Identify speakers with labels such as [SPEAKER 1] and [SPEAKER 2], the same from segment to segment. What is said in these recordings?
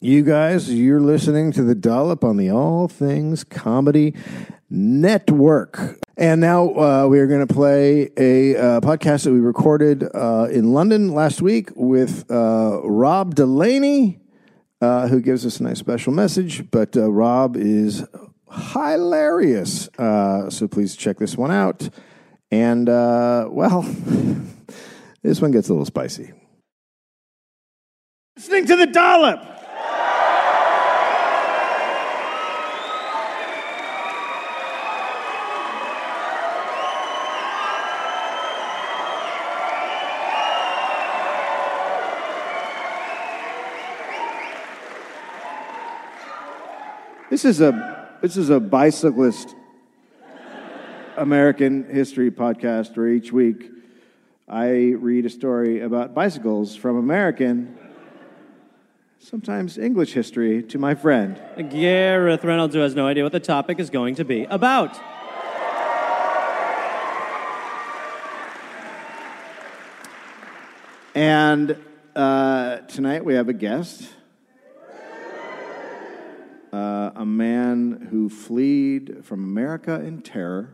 [SPEAKER 1] You guys, you're listening to the dollop on the All Things Comedy Network. And now uh, we are going to play a uh, podcast that we recorded uh, in London last week with uh, Rob Delaney, uh, who gives us a nice special message. But uh, Rob is hilarious. Uh, so please check this one out. And, uh, well, this one gets a little spicy.
[SPEAKER 2] Listening to the dollop.
[SPEAKER 1] This is a this is a bicyclist American history podcast where each week I read a story about bicycles from American sometimes English history to my friend.
[SPEAKER 2] Gareth Reynolds, who has no idea what the topic is going to be about.
[SPEAKER 1] And uh, tonight we have a guest. Uh, a man who fled from America in terror,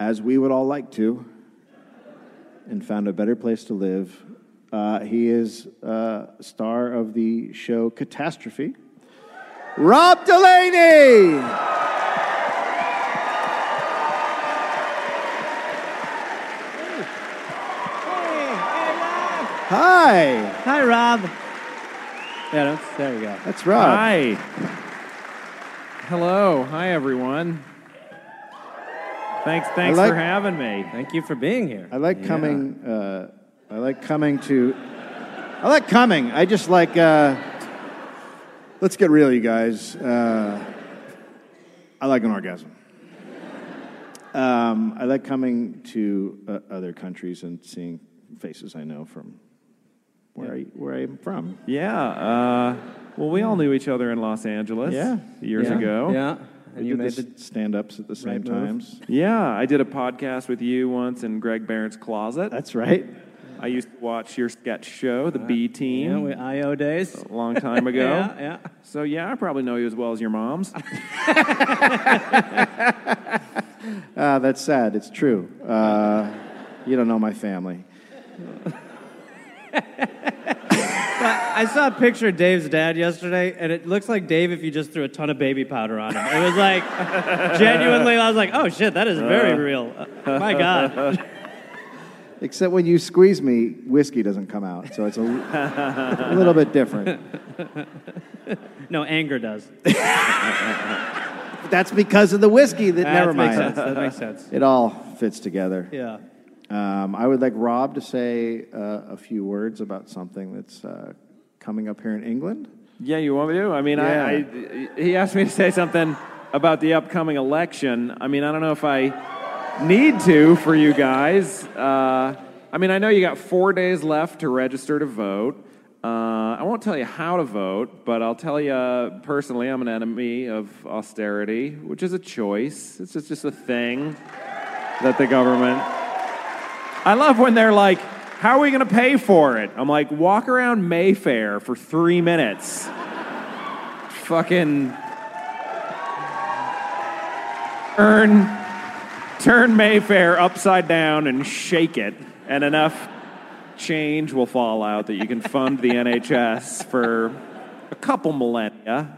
[SPEAKER 1] as we would all like to, and found a better place to live. Uh, he is uh, star of the show Catastrophe, Rob Delaney! Hi!
[SPEAKER 2] Hi, Rob. Yeah, that's, there we go.
[SPEAKER 1] That's Rob.
[SPEAKER 3] Hi. Hello. Oh, Hi, everyone. Thanks. Thanks
[SPEAKER 1] like-
[SPEAKER 3] for having me.
[SPEAKER 2] Thank you for being here.
[SPEAKER 1] I like coming. Uh, I like coming to. I like coming. I just like. Uh, let's get real, you guys. Uh, I like an orgasm. Um, I like coming to uh, other countries and seeing faces I know from where I where I'm from.
[SPEAKER 3] Yeah. Uh, well, we all knew each other in Los Angeles.
[SPEAKER 1] Yeah.
[SPEAKER 3] Years
[SPEAKER 2] Yeah,
[SPEAKER 3] ago.
[SPEAKER 2] Yeah. And
[SPEAKER 1] We
[SPEAKER 2] you
[SPEAKER 1] did
[SPEAKER 2] made
[SPEAKER 1] this
[SPEAKER 2] the.
[SPEAKER 1] stand-ups at the same
[SPEAKER 2] right move.
[SPEAKER 1] times.
[SPEAKER 3] Yeah, I did a podcast with you once in Greg Barron's closet.
[SPEAKER 1] That's right.
[SPEAKER 3] I used to watch your sketch show, The B Team,
[SPEAKER 2] Yeah, we, IO
[SPEAKER 1] Oh,
[SPEAKER 2] days.
[SPEAKER 3] a long time ago.
[SPEAKER 2] Yeah, yeah.
[SPEAKER 3] So yeah, I probably know you as well as your mom's.
[SPEAKER 1] Uh, that's sad. It's true. Uh, you don't know my family.
[SPEAKER 2] I saw a picture of Dave's dad yesterday, and it looks like Dave if you just threw a ton of baby powder on him. It was like genuinely, I was like, oh shit, that is very real. Uh, my God.
[SPEAKER 1] Except when you squeeze me, whiskey doesn't come out. So it's a, a little bit different.
[SPEAKER 2] No, anger does.
[SPEAKER 1] But that's because of the whiskey that, never
[SPEAKER 2] that
[SPEAKER 1] mind.
[SPEAKER 2] Makes sense. That makes sense.
[SPEAKER 1] It all fits together.
[SPEAKER 2] Yeah.
[SPEAKER 1] Um, I would like Rob to say uh, a few words about something that's uh, coming up here in England.
[SPEAKER 3] Yeah, you want me to? I mean, I, I, he asked me to say something about the upcoming election. I mean, I don't know if I need to for you guys. Uh, I mean, I know you got four days left to register to vote. Uh, I won't tell you how to vote, but I'll tell you uh, personally, I'm an enemy of austerity, which is a choice. It's just, just a thing that the government. I love when they're like, how are we going to pay for it? I'm like, walk around Mayfair for three minutes fucking turn turn Mayfair upside down and shake it, and enough change will fall out that you can fund the NHS for a couple millennia.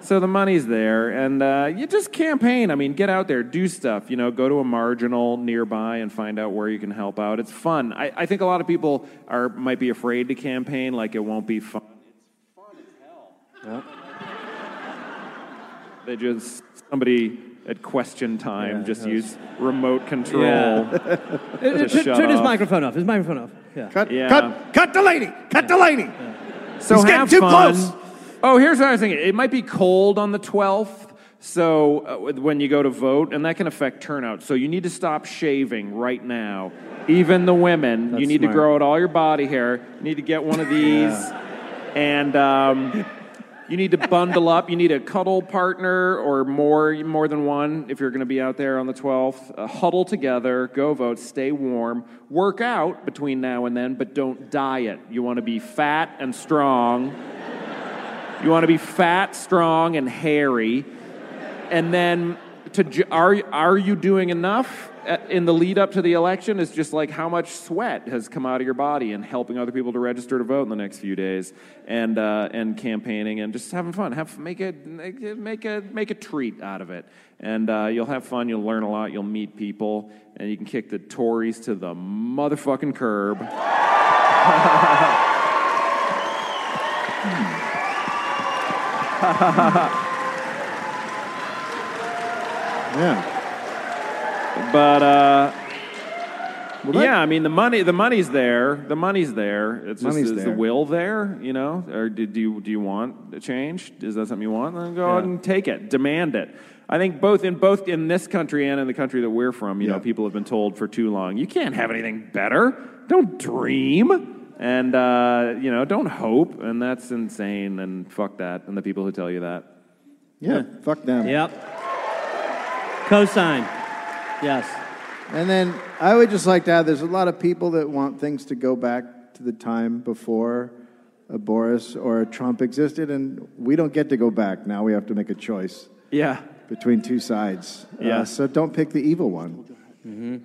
[SPEAKER 3] So the money's there, and uh, you just campaign. I mean, get out there, do stuff. You know, go to a marginal nearby and find out where you can help out. It's fun. I, I think a lot of people are might be afraid to campaign, like it won't be fun. They just somebody at question time
[SPEAKER 2] Yeah,
[SPEAKER 3] just
[SPEAKER 2] yes.
[SPEAKER 3] used remote control.
[SPEAKER 2] Yeah.
[SPEAKER 3] to
[SPEAKER 2] Turn,
[SPEAKER 3] shut
[SPEAKER 2] turn his
[SPEAKER 3] off.
[SPEAKER 2] microphone off. His microphone off. Yeah.
[SPEAKER 1] Cut,
[SPEAKER 3] Yeah.
[SPEAKER 1] cut, cut Delaney! Cut Delaney!
[SPEAKER 3] So
[SPEAKER 1] He's getting
[SPEAKER 3] have
[SPEAKER 1] too
[SPEAKER 3] fun.
[SPEAKER 1] close.
[SPEAKER 3] Oh, here's what I was thinking. It might be cold on the 12th, so uh, with- when you go to vote, and that can affect turnout. So you need to stop shaving right now. Even the women, you
[SPEAKER 2] That's
[SPEAKER 3] need
[SPEAKER 2] smart.
[SPEAKER 3] to grow out all your body hair. You need to get one of these, and. Um, you need to bundle up. You need a cuddle partner or more, more than one if you're going to be out there on the 12th. Uh, huddle together, go vote, stay warm, work out between now and then, but don't diet. You want to be fat and strong You want to be fat, strong, and hairy. And then to ju- are are you doing enough uh, in the lead up to the election? Is just like how much sweat has come out of your body and helping other people to register to vote in the next few days, and uh, and campaigning and just having fun. Have make a make a- make a make a treat out of it, and uh, you'll have fun. You'll learn a lot. You'll meet people, and you can kick the Tories to the motherfucking curb.
[SPEAKER 1] Yeah.
[SPEAKER 3] But uh,
[SPEAKER 1] that-
[SPEAKER 3] yeah, I mean the money the money's there. The money's there. It's just
[SPEAKER 1] Money's
[SPEAKER 3] is
[SPEAKER 1] there.
[SPEAKER 3] the will there, you know? Or do, do you do you want a change? Is that something you want? Then go out and take it. Demand it. I think both in both in this country and in the country that we're from, you
[SPEAKER 1] Yeah.
[SPEAKER 3] know, people have been told for too long, you can't have anything better. Don't dream. And uh, you know, don't hope, and that's insane. And fuck that, and the people who tell you that.
[SPEAKER 1] Yeah. Fuck them.
[SPEAKER 2] Yep. Cosine. Yes.
[SPEAKER 1] And then I would just like to add there's a lot of people that want things to go back to the time before a Boris or a Trump existed, and we don't get to go back. Now we have to make a choice
[SPEAKER 3] Yeah,
[SPEAKER 1] between two sides.
[SPEAKER 3] Yeah.
[SPEAKER 1] Uh, so don't pick the evil one.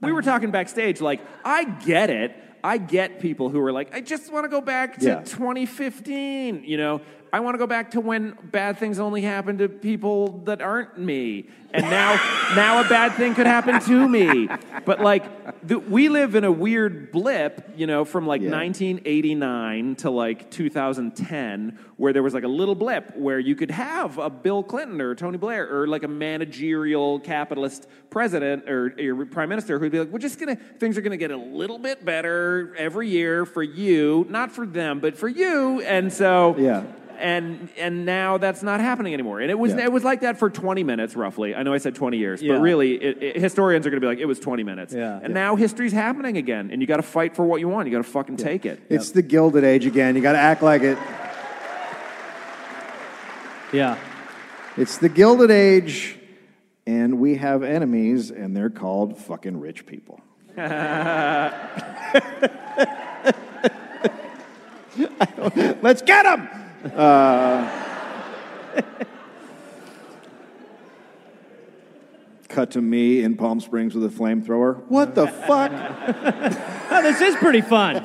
[SPEAKER 3] We were talking backstage, like, I get it. I get people who are like, I just want to go back to
[SPEAKER 1] Yeah.
[SPEAKER 3] 2015. You know, I want to go back to when bad things only happen to people that aren't me. And now, now a bad thing could happen to me. But like, the, we live in a weird blip, you know, from like
[SPEAKER 1] Yeah.
[SPEAKER 3] 1989 to like 2010, where there was like a little blip where you could have a Bill Clinton or a Tony Blair or like a managerial capitalist president or, or prime minister who'd be like, we're just gonna, things are gonna get a little bit better every year for you, not for them, but for you. And so,
[SPEAKER 1] Yeah.
[SPEAKER 3] And and now that's not happening anymore. And it was
[SPEAKER 1] Yeah.
[SPEAKER 3] it was like that for 20 minutes roughly. I know I said 20 years,
[SPEAKER 2] Yeah.
[SPEAKER 3] but really, it, it, historians are going to be like, it was 20 minutes.
[SPEAKER 2] Yeah.
[SPEAKER 3] And now history's happening again, and you got to fight for what you want. You got to fucking take it.
[SPEAKER 1] It's the Gilded Age again. You got to act like it.
[SPEAKER 2] Yeah.
[SPEAKER 1] It's the Gilded Age, and we have enemies, and they're called fucking rich people. Let's get Uh, them! cut to me in Palm Springs with a flamethrower. What the fuck?
[SPEAKER 2] Oh, this is pretty fun.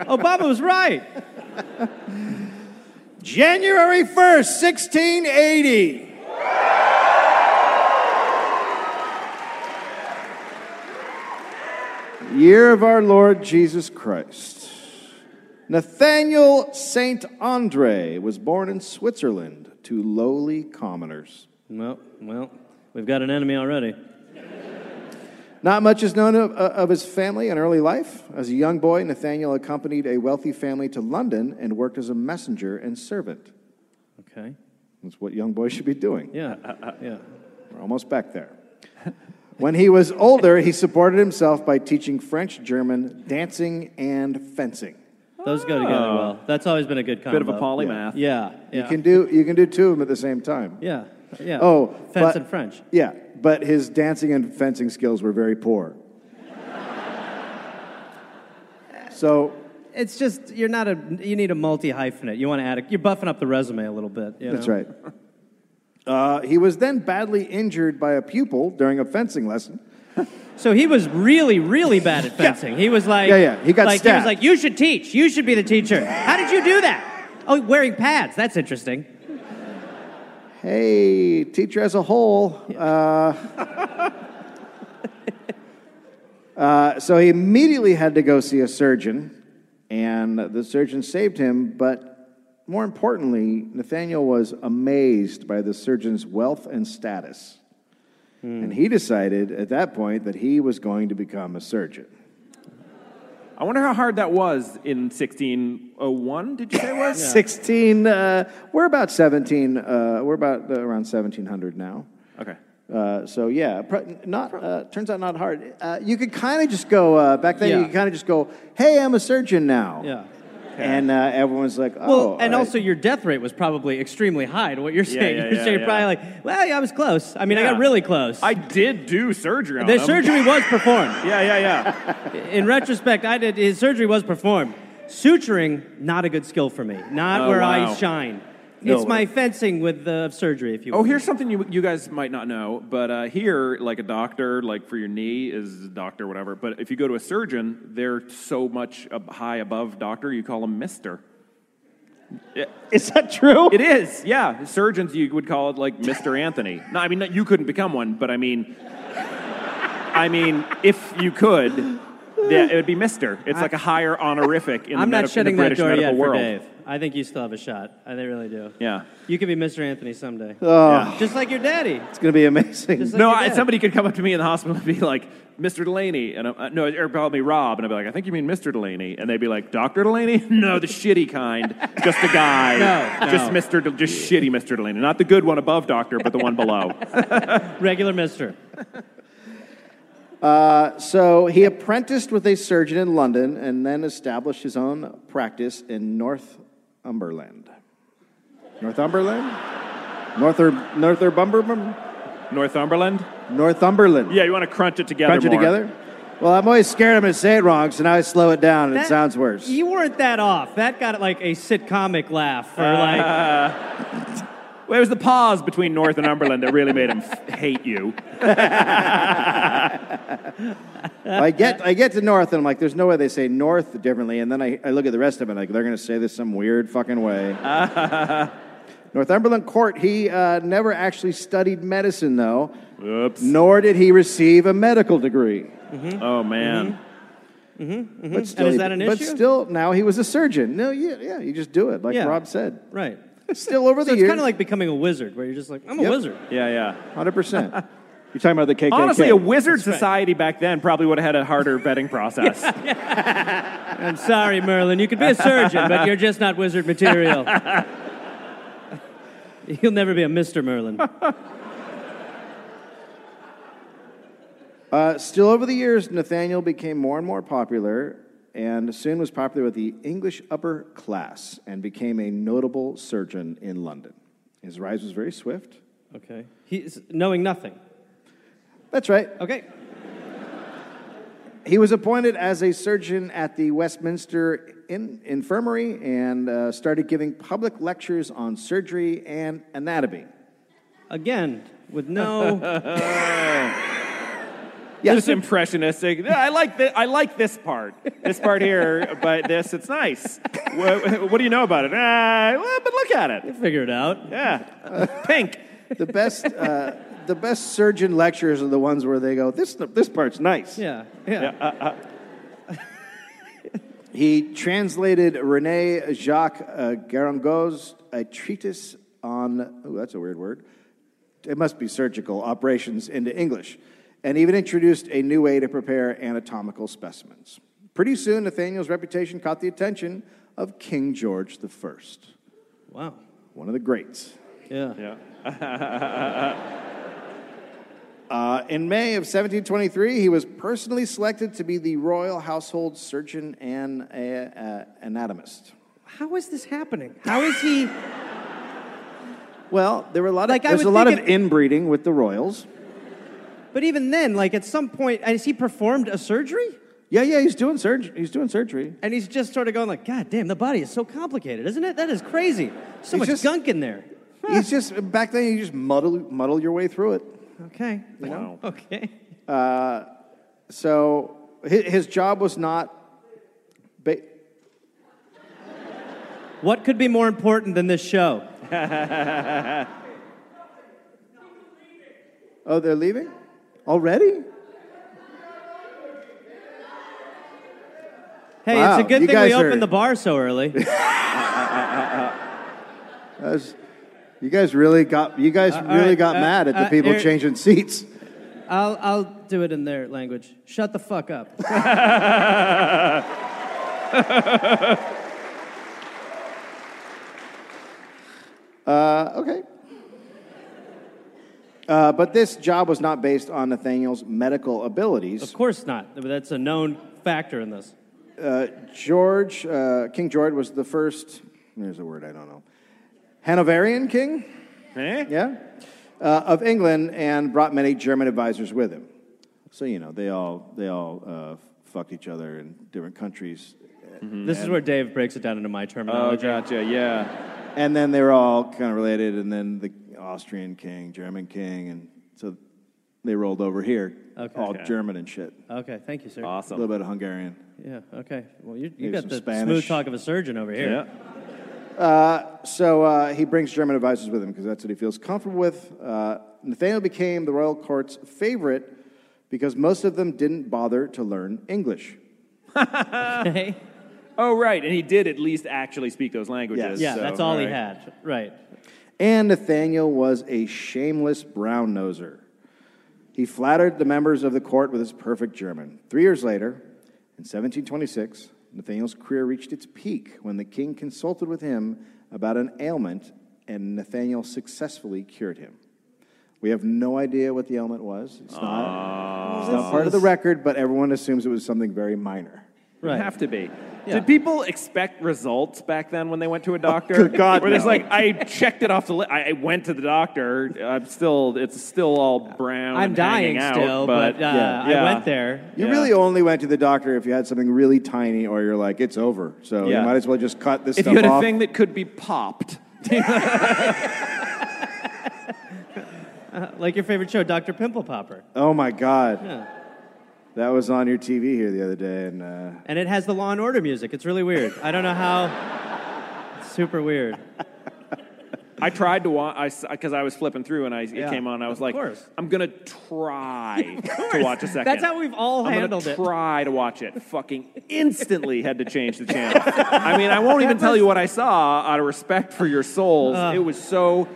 [SPEAKER 2] Obama was right.
[SPEAKER 1] January 1st, 1680. Year of our Lord Jesus Christ. Nathaniel Saint Andre was born in Switzerland to lowly commoners.
[SPEAKER 2] Well, well, we've got an enemy already.
[SPEAKER 1] Not much is known of, uh, of his family and early life. As a young boy, Nathaniel accompanied a wealthy family to London and worked as a messenger and servant.
[SPEAKER 2] Okay.
[SPEAKER 1] That's what young boys should be doing.
[SPEAKER 2] Yeah. Yeah.
[SPEAKER 1] We're almost back there. When he was older, he supported himself by teaching French, German, dancing, and fencing.
[SPEAKER 2] Those go together well. That's always been a good combo.
[SPEAKER 3] Bit of a polymath.
[SPEAKER 2] Oh. Yeah. Yeah.
[SPEAKER 1] You can do you can do two of them at the same time.
[SPEAKER 2] yeah. Yeah.
[SPEAKER 1] Oh,
[SPEAKER 2] fence
[SPEAKER 1] but-
[SPEAKER 2] and French.
[SPEAKER 1] Yeah, but his dancing and fencing skills were very poor. So
[SPEAKER 2] It's just you're not a. You need a multi hyphenate. You want to add. A, you're buffing up the resume a little bit. you
[SPEAKER 1] that's
[SPEAKER 2] know?
[SPEAKER 1] right. Uh, he was then badly injured by a pupil during a fencing lesson.
[SPEAKER 2] So he was really, really bad at fencing. He was like,
[SPEAKER 1] Yeah, yeah, he got
[SPEAKER 2] like, He
[SPEAKER 1] stabbed.
[SPEAKER 2] was like, you should teach. You should be the teacher. How did you do that? Oh, wearing pads. That's interesting.
[SPEAKER 1] Hey, teacher as a whole. Uh, uh, so he immediately had to go see a surgeon, and the surgeon saved him. But more importantly, Nathaniel was amazed by the surgeon's wealth and status. And he decided at that point that he was going to become a surgeon.
[SPEAKER 3] I wonder how hard that was in 1601. Did you say it was?
[SPEAKER 1] 16, uh, we're about 17, uh, we're about uh, around 1700 now.
[SPEAKER 3] Okay.
[SPEAKER 1] Uh, so yeah, pr- not uh, turns out not hard. Uh, you could kind of just go uh, back then. You
[SPEAKER 2] Yeah.
[SPEAKER 1] could kind of just go, "Hey, I'm a surgeon now,"
[SPEAKER 2] Yeah.
[SPEAKER 1] and uh, everyone's like, "Oh."
[SPEAKER 2] Well, and
[SPEAKER 1] all right."
[SPEAKER 2] also your death rate was probably extremely high. To what you're saying,
[SPEAKER 3] yeah,
[SPEAKER 2] you're,
[SPEAKER 3] yeah,
[SPEAKER 2] saying
[SPEAKER 3] yeah.
[SPEAKER 2] you're probably like, well, yeah, I was close. I mean, I
[SPEAKER 3] Yeah.
[SPEAKER 2] got really close.
[SPEAKER 3] I did do surgery on
[SPEAKER 2] the
[SPEAKER 3] them.
[SPEAKER 2] surgery was performed.
[SPEAKER 3] Yeah, yeah, yeah.
[SPEAKER 2] In retrospect, I did. His surgery was performed. Suturing, not a good skill for me. Not
[SPEAKER 3] Oh,
[SPEAKER 2] where
[SPEAKER 3] wow.
[SPEAKER 2] I shine.
[SPEAKER 1] No
[SPEAKER 2] it's my
[SPEAKER 1] way.
[SPEAKER 2] fencing with the surgery, if you
[SPEAKER 3] Oh,
[SPEAKER 2] will.
[SPEAKER 3] here's something you you guys might not know, but uh, here, like a doctor, like for your knee is doctor, whatever. But if you go to a surgeon, they're so much ab- high above doctor, you call them Mister.
[SPEAKER 4] Is that true?
[SPEAKER 3] It is, yeah. Surgeons, you would call it like Mister Anthony. No, I mean you couldn't become one, but I mean, I mean if you could, yeah, it would be Mister. It's like a higher honorific in the,
[SPEAKER 2] I'm
[SPEAKER 3] medi-
[SPEAKER 2] not
[SPEAKER 3] in the
[SPEAKER 2] shutting that
[SPEAKER 3] British
[SPEAKER 2] door
[SPEAKER 3] medical
[SPEAKER 2] yet
[SPEAKER 3] world.
[SPEAKER 2] for Dave. I think you still have a shot. I they really do.
[SPEAKER 3] Yeah.
[SPEAKER 2] You could be Mr. Anthony someday.
[SPEAKER 3] yeah.
[SPEAKER 2] Just like your daddy.
[SPEAKER 1] It's going to be amazing.
[SPEAKER 2] Just like
[SPEAKER 3] No,
[SPEAKER 2] your
[SPEAKER 3] I,
[SPEAKER 2] dad.
[SPEAKER 3] somebody could come up to me in the hospital and be like, Mr. Delaney. And I, no, or call me Rob. And I'd be like, I think you mean Mr. Delaney. And they'd be like, Dr. Delaney? No, the shitty kind. Just a guy.
[SPEAKER 2] No, no.
[SPEAKER 3] Just Mr. De- just shitty Mr. Delaney. Not the good one above doctor, but the one below.
[SPEAKER 2] Regular Mr.
[SPEAKER 1] So he apprenticed with a surgeon in London and then established his own practice in Northumberland. Northumberland? Norther, Norther Bumberbum?
[SPEAKER 3] Northumberland?
[SPEAKER 1] Northumberland.
[SPEAKER 3] Yeah, you want to crunch it together.
[SPEAKER 1] Crunch it
[SPEAKER 3] more.
[SPEAKER 1] together? Well, I'm always scared I'm going to say it wrong, so now I slow it down and it
[SPEAKER 2] That-
[SPEAKER 1] sounds worse.
[SPEAKER 2] You weren't that off. That got like a sitcomic laugh
[SPEAKER 3] Uh,
[SPEAKER 2] for like
[SPEAKER 3] Well, it was the pause between North and Umberland that really made him f- hate you.
[SPEAKER 1] I get I get to North and I'm like, there's no way they say North differently. And then I, I look at the rest of it like they're going to say this some weird fucking way. Northumberland Court. He uh, never actually studied medicine though,
[SPEAKER 3] Oops.
[SPEAKER 1] nor did he receive a medical degree.
[SPEAKER 3] Oh, man.
[SPEAKER 1] But still,
[SPEAKER 2] Mm-hmm. is
[SPEAKER 1] he-
[SPEAKER 2] that an
[SPEAKER 1] But
[SPEAKER 2] issue?
[SPEAKER 1] still, now he was a surgeon. No, yeah, yeah, you just do it like
[SPEAKER 2] Yeah.
[SPEAKER 1] Rob said.
[SPEAKER 2] right.
[SPEAKER 1] Still over
[SPEAKER 2] So
[SPEAKER 1] the
[SPEAKER 2] it's
[SPEAKER 1] years,
[SPEAKER 2] kind of like becoming a wizard, where you're just like, I'm a
[SPEAKER 1] Yep.
[SPEAKER 2] wizard.
[SPEAKER 3] Yeah, yeah.
[SPEAKER 1] hundred percent. You're talking about the KKK.
[SPEAKER 3] Honestly, a wizard society back then probably would have had a harder vetting process.
[SPEAKER 2] I'm sorry, Merlin. You could be a surgeon, but you're just not wizard material. You'll never be a Mr. Merlin.
[SPEAKER 1] Uh, still over the years, Nathaniel became more and more popular and soon was popular with the English upper class and became a notable surgeon in London. His rise was very swift.
[SPEAKER 2] Okay. He's knowing nothing.
[SPEAKER 1] That's right.
[SPEAKER 2] Okay.
[SPEAKER 1] He was appointed as a surgeon at the Westminster in- Infirmary and uh, started giving public lectures on surgery and anatomy.
[SPEAKER 2] Again, with no.
[SPEAKER 3] just impressionistic. Yeah, I like this. I like this part. This part here, but this it's nice. What, what do you know about it? Uh, well, but look at it.
[SPEAKER 2] figure it out.
[SPEAKER 3] Yeah, pink.
[SPEAKER 1] The best, uh, the best surgeon lectures are the ones where they go, this, this part's nice.
[SPEAKER 2] Yeah. Yeah.
[SPEAKER 1] He translated Rene Jacques uh, Garangeau's a treatise on, oh, that's a weird word. It must be surgical operations into English, and even introduced a new way to prepare anatomical specimens. Pretty soon, Nathaniel's reputation caught the attention of King George I,
[SPEAKER 2] Wow.
[SPEAKER 1] one of the greats.
[SPEAKER 2] Yeah.
[SPEAKER 3] Yeah.
[SPEAKER 1] Uh, in May of 1723, he was personally selected to be the royal household surgeon and uh, uh, anatomist.
[SPEAKER 2] How is this happening? How is he?
[SPEAKER 1] Well, there were a lot of
[SPEAKER 2] Like, I
[SPEAKER 1] there's
[SPEAKER 2] would
[SPEAKER 1] a lot
[SPEAKER 2] think
[SPEAKER 1] of
[SPEAKER 2] it-
[SPEAKER 1] inbreeding with the royals.
[SPEAKER 2] But even then, like at some point, has he performed a surgery?
[SPEAKER 1] Yeah, yeah, he's doing surgery. He's doing surgery.
[SPEAKER 2] And he's just sort of going like, God damn, the body is so complicated, isn't it? That is crazy. So
[SPEAKER 1] He's
[SPEAKER 2] much
[SPEAKER 1] just-
[SPEAKER 2] gunk in there.
[SPEAKER 1] He's just back then. You just muddle muddle your way through it.
[SPEAKER 2] Okay.
[SPEAKER 3] Wow.
[SPEAKER 2] Okay.
[SPEAKER 1] So his, his job was not. Ba-
[SPEAKER 2] What could be more important than this show?
[SPEAKER 1] oh, they're leaving already.
[SPEAKER 2] Hey,
[SPEAKER 1] Wow,
[SPEAKER 2] it's a good
[SPEAKER 1] you
[SPEAKER 2] thing
[SPEAKER 1] guys
[SPEAKER 2] we
[SPEAKER 1] are-
[SPEAKER 2] opened the bar so early.
[SPEAKER 1] That was- you guys really got you guys
[SPEAKER 2] all
[SPEAKER 1] really
[SPEAKER 2] right,
[SPEAKER 1] got
[SPEAKER 2] uh,
[SPEAKER 1] mad at the
[SPEAKER 2] uh,
[SPEAKER 1] people
[SPEAKER 2] Eric-
[SPEAKER 1] changing seats.
[SPEAKER 2] I'll, I'll do it in their language. Shut the fuck up.
[SPEAKER 1] Uh, okay. Uh, but this job was not based on Nathaniel's medical abilities.
[SPEAKER 2] Of course not. That's a known factor in this.
[SPEAKER 1] uh, George, uh, King George was the first, there's a word I don't know, Hanoverian king,
[SPEAKER 3] Eh?
[SPEAKER 1] yeah, uh, of England and brought many German advisors with him. So, you know, they all, they all uh, fucked each other in different countries
[SPEAKER 2] This is where Dave breaks it down into my
[SPEAKER 3] Oh,
[SPEAKER 2] terminology.
[SPEAKER 3] gotcha. Yeah.
[SPEAKER 1] And then they were all kind of related, and then the Austrian king, German king, and so they rolled over here,
[SPEAKER 2] Okay.
[SPEAKER 1] all
[SPEAKER 2] Okay.
[SPEAKER 1] German and shit.
[SPEAKER 2] Okay, thank you, sir.
[SPEAKER 1] A
[SPEAKER 3] Awesome.
[SPEAKER 1] little bit of Hungarian.
[SPEAKER 2] Yeah, okay. Well, you,
[SPEAKER 1] Maybe
[SPEAKER 2] you got
[SPEAKER 1] some
[SPEAKER 2] the
[SPEAKER 1] Spanish.
[SPEAKER 2] smooth talk of a surgeon over here.
[SPEAKER 3] Yeah.
[SPEAKER 1] So uh, he brings German advisors with him because that's what he feels comfortable with. Uh, Nathaniel became the royal court's favorite because most of them didn't bother to learn English.
[SPEAKER 2] Okay.
[SPEAKER 3] Oh, right. And he did at least actually speak those languages.
[SPEAKER 2] yeah,
[SPEAKER 3] so,
[SPEAKER 2] that's all he
[SPEAKER 3] right.
[SPEAKER 2] had. Right.
[SPEAKER 1] And Nathaniel was a shameless brown noser. He flattered the members of the court with his perfect German. Three years later, in 1726, Nathaniel's career reached its peak when the king consulted with him about an ailment, and Nathaniel successfully cured him. We have no idea what the ailment was. It's not, it's not part of the record, but everyone assumes it was something very minor.
[SPEAKER 3] It'd
[SPEAKER 2] Right.
[SPEAKER 3] Have to be.
[SPEAKER 2] Yeah.
[SPEAKER 3] Did people expect results back then when they went to a doctor?
[SPEAKER 1] good God,
[SPEAKER 3] Where it's
[SPEAKER 1] no.
[SPEAKER 3] like I checked it off the list. I I went to the doctor. I'm still. It's still all brown.
[SPEAKER 2] I'm
[SPEAKER 3] and
[SPEAKER 2] dying
[SPEAKER 3] hanging out,
[SPEAKER 2] still, but,
[SPEAKER 3] but,
[SPEAKER 2] uh,
[SPEAKER 3] yeah,
[SPEAKER 2] I
[SPEAKER 3] yeah.
[SPEAKER 2] went there.
[SPEAKER 1] You
[SPEAKER 3] Yeah.
[SPEAKER 1] really only went to the doctor if you had something really tiny or you're like, it's over. So
[SPEAKER 3] Yeah.
[SPEAKER 1] you might as well just cut this
[SPEAKER 3] If
[SPEAKER 1] stuff
[SPEAKER 3] you had
[SPEAKER 1] off.
[SPEAKER 3] a thing that could be popped,
[SPEAKER 2] Like your favorite show, Dr. Pimple Popper.
[SPEAKER 1] Oh my God.
[SPEAKER 2] Yeah.
[SPEAKER 1] That was on your TV here the other day, and uh,
[SPEAKER 2] And it has the Law and Order music. It's really weird. I don't know how. It's super weird.
[SPEAKER 3] I tried to watch because I was flipping through and I it
[SPEAKER 2] Yeah,
[SPEAKER 3] came on. I was
[SPEAKER 2] of
[SPEAKER 3] like,
[SPEAKER 2] course.
[SPEAKER 3] I'm gonna try to watch a second.
[SPEAKER 2] That's how we've all
[SPEAKER 3] I'm
[SPEAKER 2] handled
[SPEAKER 3] gonna
[SPEAKER 2] it.
[SPEAKER 3] try to watch it. Fucking instantly had to change the channel. I mean, I won't even tell you what I saw out of respect for your souls. it was so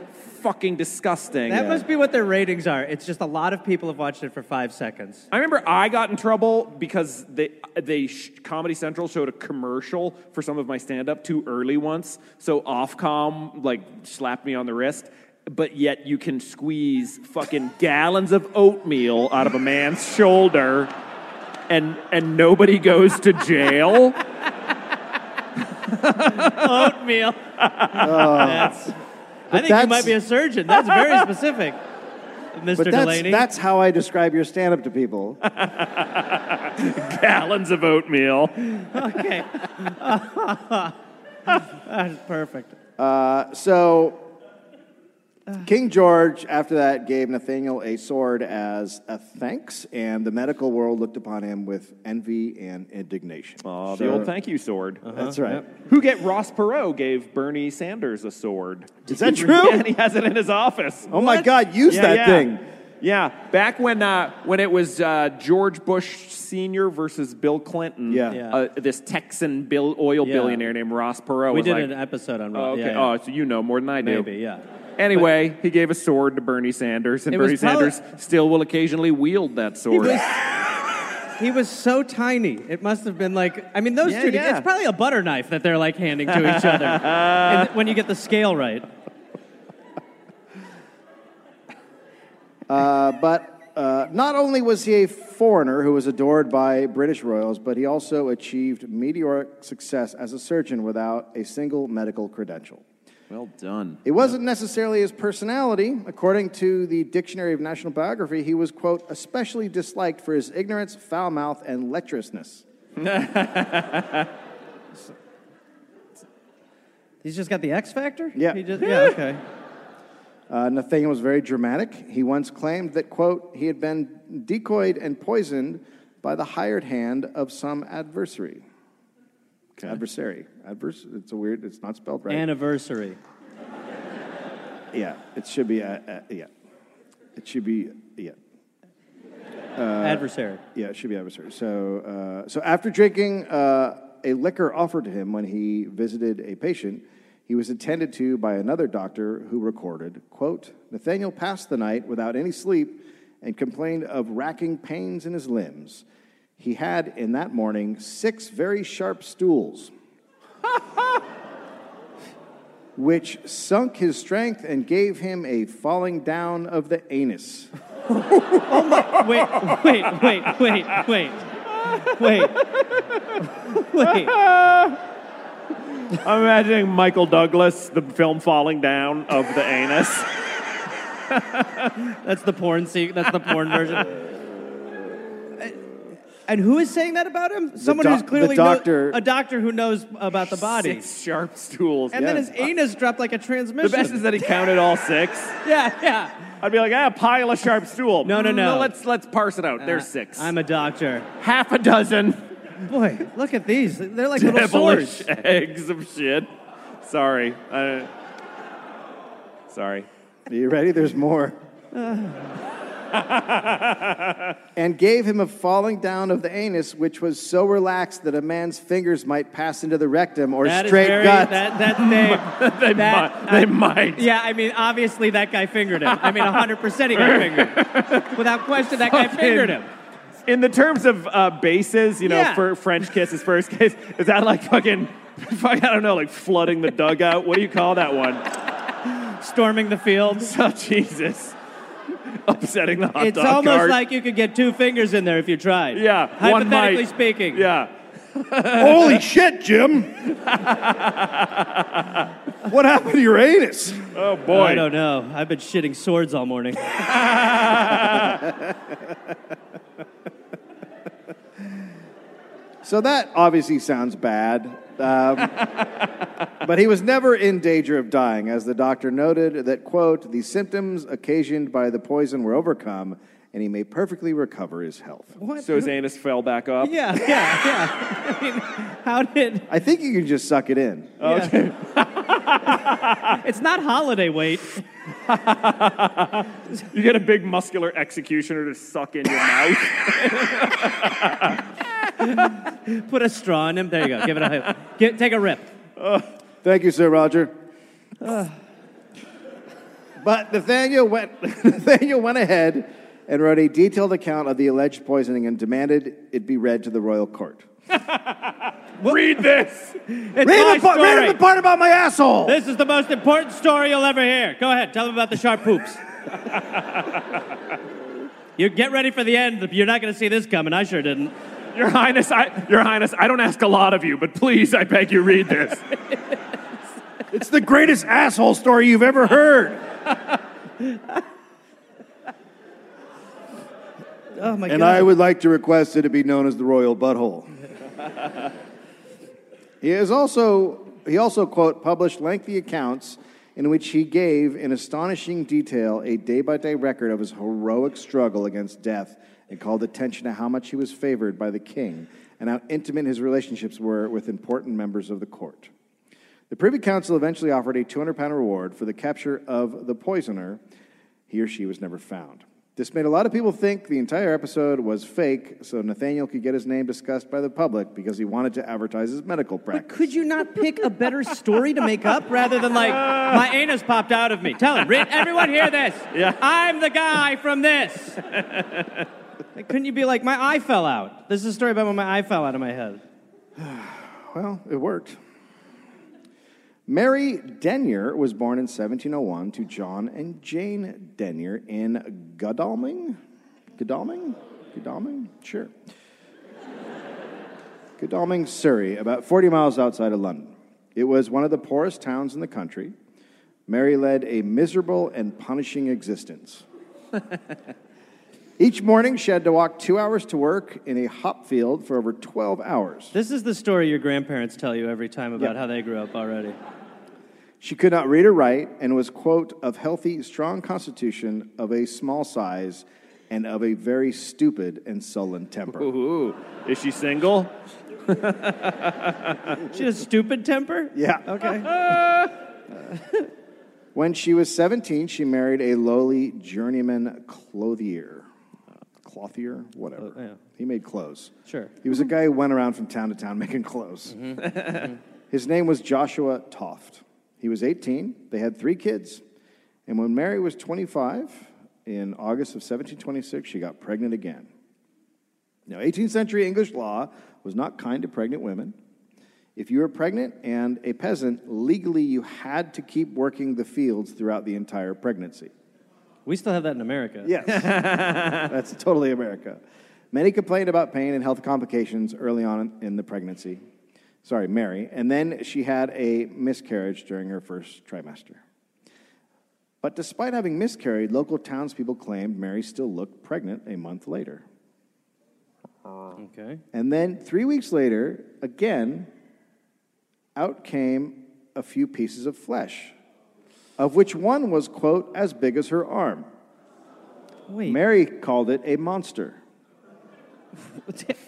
[SPEAKER 3] fucking disgusting.
[SPEAKER 2] That must be what their ratings are. It's just a lot of people have watched it for five seconds.
[SPEAKER 3] I remember I got in trouble because they they sh- Comedy Central showed a commercial for some of my stand up too early once. So Ofcom like slapped me on the wrist. But yet you can squeeze fucking gallons of oatmeal out of a man's shoulder and and nobody goes to jail.
[SPEAKER 2] Oatmeal. That's, I think you
[SPEAKER 1] that's-
[SPEAKER 2] might be a surgeon. That's very specific, Mr.
[SPEAKER 1] but that's
[SPEAKER 2] Delaney.
[SPEAKER 1] that's how I describe your stand-up to people.
[SPEAKER 3] gallons of oatmeal.
[SPEAKER 2] okay. that's perfect.
[SPEAKER 1] Uh, so King George, after that, gave Nathaniel a sword as a thanks, and the medical world looked upon him with envy and indignation.
[SPEAKER 3] Oh, the
[SPEAKER 1] So- Uh-huh.
[SPEAKER 3] old thank you sword.
[SPEAKER 1] That's right.
[SPEAKER 3] Who get Ross Perot gave Bernie Sanders a sword.
[SPEAKER 1] Is that true?
[SPEAKER 3] and he has it in his office.
[SPEAKER 1] Oh my God, use
[SPEAKER 3] Yeah,
[SPEAKER 1] that
[SPEAKER 3] yeah.
[SPEAKER 1] thing.
[SPEAKER 3] Yeah, back when uh, when it was uh, George Bush Senior versus Bill Clinton.
[SPEAKER 1] Yeah.
[SPEAKER 2] Yeah.
[SPEAKER 3] Uh, this Texan bill, oil
[SPEAKER 2] Yeah.
[SPEAKER 3] billionaire named Ross Perot.
[SPEAKER 2] We
[SPEAKER 3] was
[SPEAKER 2] did
[SPEAKER 3] like,
[SPEAKER 2] an
[SPEAKER 1] uh,
[SPEAKER 2] episode on
[SPEAKER 3] oh,
[SPEAKER 2] Rob.
[SPEAKER 3] okay.
[SPEAKER 2] yeah, yeah.
[SPEAKER 3] Oh, so you know more than I do.
[SPEAKER 2] maybe, yeah.
[SPEAKER 3] Anyway, he gave a sword to Bernie Sanders, and
[SPEAKER 2] It was
[SPEAKER 3] Bernie
[SPEAKER 2] probably-
[SPEAKER 3] Sanders still will occasionally wield that sword.
[SPEAKER 2] He was so tiny. It must have been like, I mean, those
[SPEAKER 3] Yeah,
[SPEAKER 2] two,
[SPEAKER 3] yeah.
[SPEAKER 2] it's probably a butter knife that they're like handing to each other and when you get the scale right.
[SPEAKER 1] Uh, but uh, not only was he a foreigner who was adored by British royals, but he also achieved meteoric success as a surgeon without a single medical credential.
[SPEAKER 3] well done.
[SPEAKER 1] It wasn't necessarily his personality. According to the Dictionary of National Biography, he was, quote, especially disliked for his ignorance, foul mouth, and lecherousness.
[SPEAKER 2] He's just got the X Factor?
[SPEAKER 1] Yeah.
[SPEAKER 2] He just, yeah, okay.
[SPEAKER 1] Uh, Nathaniel was very dramatic. He once claimed that, quote, he had been decoyed and poisoned by the hired hand of some adversary. Adversary. Adverse. It's a weird, it's not spelled right.
[SPEAKER 2] Anniversary.
[SPEAKER 1] Yeah, it should be. Uh, uh, yeah, it should be. Yeah,
[SPEAKER 3] Uh.
[SPEAKER 2] Adversary.
[SPEAKER 1] yeah, it should be adversary. So, uh, so after drinking uh, a liquor offered to him when he visited a patient, he was attended to by another doctor who recorded, "quote Nathaniel passed the night without any sleep and complained of racking pains in his limbs. He had in that morning six very sharp stools." Which sunk his strength and gave him a falling down of the anus.
[SPEAKER 2] Wait, wait, wait, wait, wait. Wait. Wait.
[SPEAKER 3] I'm imagining Michael Douglas, the film falling down of the anus.
[SPEAKER 2] That's the porn se- that's the porn version. And who is saying that about him? Someone
[SPEAKER 1] doc-
[SPEAKER 2] who's
[SPEAKER 1] the
[SPEAKER 2] clearly kno-
[SPEAKER 1] doctor-
[SPEAKER 2] a doctor who knows about the body.
[SPEAKER 3] Six sharp stools.
[SPEAKER 2] And then his anus dropped like a transmission.
[SPEAKER 3] the best is that he counted all six.
[SPEAKER 2] yeah, yeah.
[SPEAKER 3] I'd be like, ah, pile of sharp stool. Mm,
[SPEAKER 2] No, no, no.
[SPEAKER 3] Let's let's parse it out. There's six.
[SPEAKER 2] I'm a doctor.
[SPEAKER 3] half Uh, a dozen
[SPEAKER 2] Boy, look at these. They're like little
[SPEAKER 3] devilish
[SPEAKER 2] swords.
[SPEAKER 3] eggs of shit. Sorry. I, sorry.
[SPEAKER 1] Are you ready? There's more. and gave him a falling down of the anus, which was so relaxed that a man's fingers might pass into the rectum or
[SPEAKER 2] That is
[SPEAKER 1] straight
[SPEAKER 2] very-
[SPEAKER 1] gut.
[SPEAKER 2] That, that thing.
[SPEAKER 3] They
[SPEAKER 2] That-
[SPEAKER 3] might. They might.
[SPEAKER 2] yeah, I mean, obviously that guy fingered him. I mean, 100% he got fingered. Without question, that guy
[SPEAKER 3] Fucking-
[SPEAKER 2] fingered him.
[SPEAKER 3] In the terms of uh, bases, you know,
[SPEAKER 2] Yeah.
[SPEAKER 3] for French kisses, first kiss, is that like fucking, fucking, I don't know, like flooding the dugout? What do you call that one?
[SPEAKER 2] Storming the field.
[SPEAKER 3] Oh, Jesus. Upsetting the hot
[SPEAKER 2] It's
[SPEAKER 3] dog
[SPEAKER 2] almost
[SPEAKER 3] cart.
[SPEAKER 2] like you could get two fingers in there if you tried.
[SPEAKER 3] Yeah, one
[SPEAKER 2] Hypothetically
[SPEAKER 3] might.
[SPEAKER 2] speaking.
[SPEAKER 3] Yeah.
[SPEAKER 5] Holy shit, Jim! what happened to your anus?
[SPEAKER 3] Oh, boy.
[SPEAKER 2] I don't know. I've been shitting swords all morning.
[SPEAKER 1] So that obviously sounds bad. Um, but he was never in danger of dying, as the doctor noted that, quote, the symptoms occasioned by the poison were overcome, and he may perfectly recover his health.
[SPEAKER 3] So his anus fell back up.
[SPEAKER 2] yeah, yeah, yeah. I mean, how did?
[SPEAKER 1] I think you can just suck it in.
[SPEAKER 2] Okay. it's not holiday weight.
[SPEAKER 3] You get a big muscular executioner to suck in your mouth.
[SPEAKER 2] Put a straw in him. There you go. Give it a get, take a rip.
[SPEAKER 1] Thank you, Sir Roger. but Nathaniel went, Nathaniel went ahead and wrote a detailed account of the alleged poisoning and demanded it be read to the royal court.
[SPEAKER 3] Read this.
[SPEAKER 2] It's my
[SPEAKER 1] Read the, part,
[SPEAKER 2] story.
[SPEAKER 1] read the part about my asshole!
[SPEAKER 2] This is the most important story you'll ever hear. Go ahead. Tell them about the sharp poops. you get ready for the end. You're not going to see this coming. I sure didn't.
[SPEAKER 3] Your Highness, I, Your Highness, I don't ask a lot of you, but please, I beg you, read this.
[SPEAKER 5] It's the greatest asshole story you've ever heard.
[SPEAKER 2] Oh my
[SPEAKER 1] And I would like to request that it be known as the royal butthole. he is also he also quote published lengthy accounts in which he gave in astonishing detail a day by day record of his heroic struggle against death and called attention to how much he was favored by the king and how intimate his relationships were with important members of the court. The Privy Council eventually offered a 200 pound reward for the capture of the poisoner. He or she was never found. This made a lot of people think the entire episode was fake so Nathaniel could get his name discussed by the public because he wanted to advertise his medical practice.
[SPEAKER 2] Could you not pick a better story to make up rather than like my anus popped out of me? Tell him, read, everyone hear this.
[SPEAKER 3] Yeah.
[SPEAKER 2] I'm the guy from this. Like, couldn't you be like my eye fell out? This is a story about when my eye fell out of my head.
[SPEAKER 1] Well, it worked. Mary Denyer was born in 1701 to John and Jane Denyer in Godalming. Godalming? Godalming? Sure. Godalming, Surrey, about 40 miles outside of London. It was one of the poorest towns in the country. Mary led a miserable and punishing existence. Each morning, she had to walk two hours to work in a hop field for over 12 hours.
[SPEAKER 2] This is the story your grandparents tell you every time about how they grew up already.
[SPEAKER 1] She could not read or write and was, quote, of healthy, strong constitution, of a small size, and of a very stupid and sullen temper.
[SPEAKER 3] Ooh, is she single?
[SPEAKER 2] She had a stupid temper.
[SPEAKER 1] Yeah.
[SPEAKER 2] Okay.
[SPEAKER 1] When she was 17, she married a lowly journeyman clothier. Uh, Clothier? Whatever.
[SPEAKER 2] yeah.
[SPEAKER 1] He made clothes.
[SPEAKER 2] Sure.
[SPEAKER 1] He was a guy who went around from town to town making clothes. His name was Joshua Toft. He was 18. They had three kids. And when Mary was 25, in August of 1726, she got pregnant again. Now, 18th century English law was not kind to pregnant women. If you were pregnant and a peasant, legally you had to keep working the fields throughout the entire pregnancy.
[SPEAKER 2] We still have that in America.
[SPEAKER 1] Yes. That's totally America. Many complained about pain and health complications early on in the pregnancy. Sorry, Mary. And then she had a miscarriage during her first trimester. But despite having miscarried, local townspeople claimed Mary still looked pregnant a month later.
[SPEAKER 2] Okay.
[SPEAKER 1] And then three weeks later, again, out came a few pieces of flesh, of which one was, quote, as big as her arm.
[SPEAKER 2] Wait.
[SPEAKER 1] Mary called it a monster.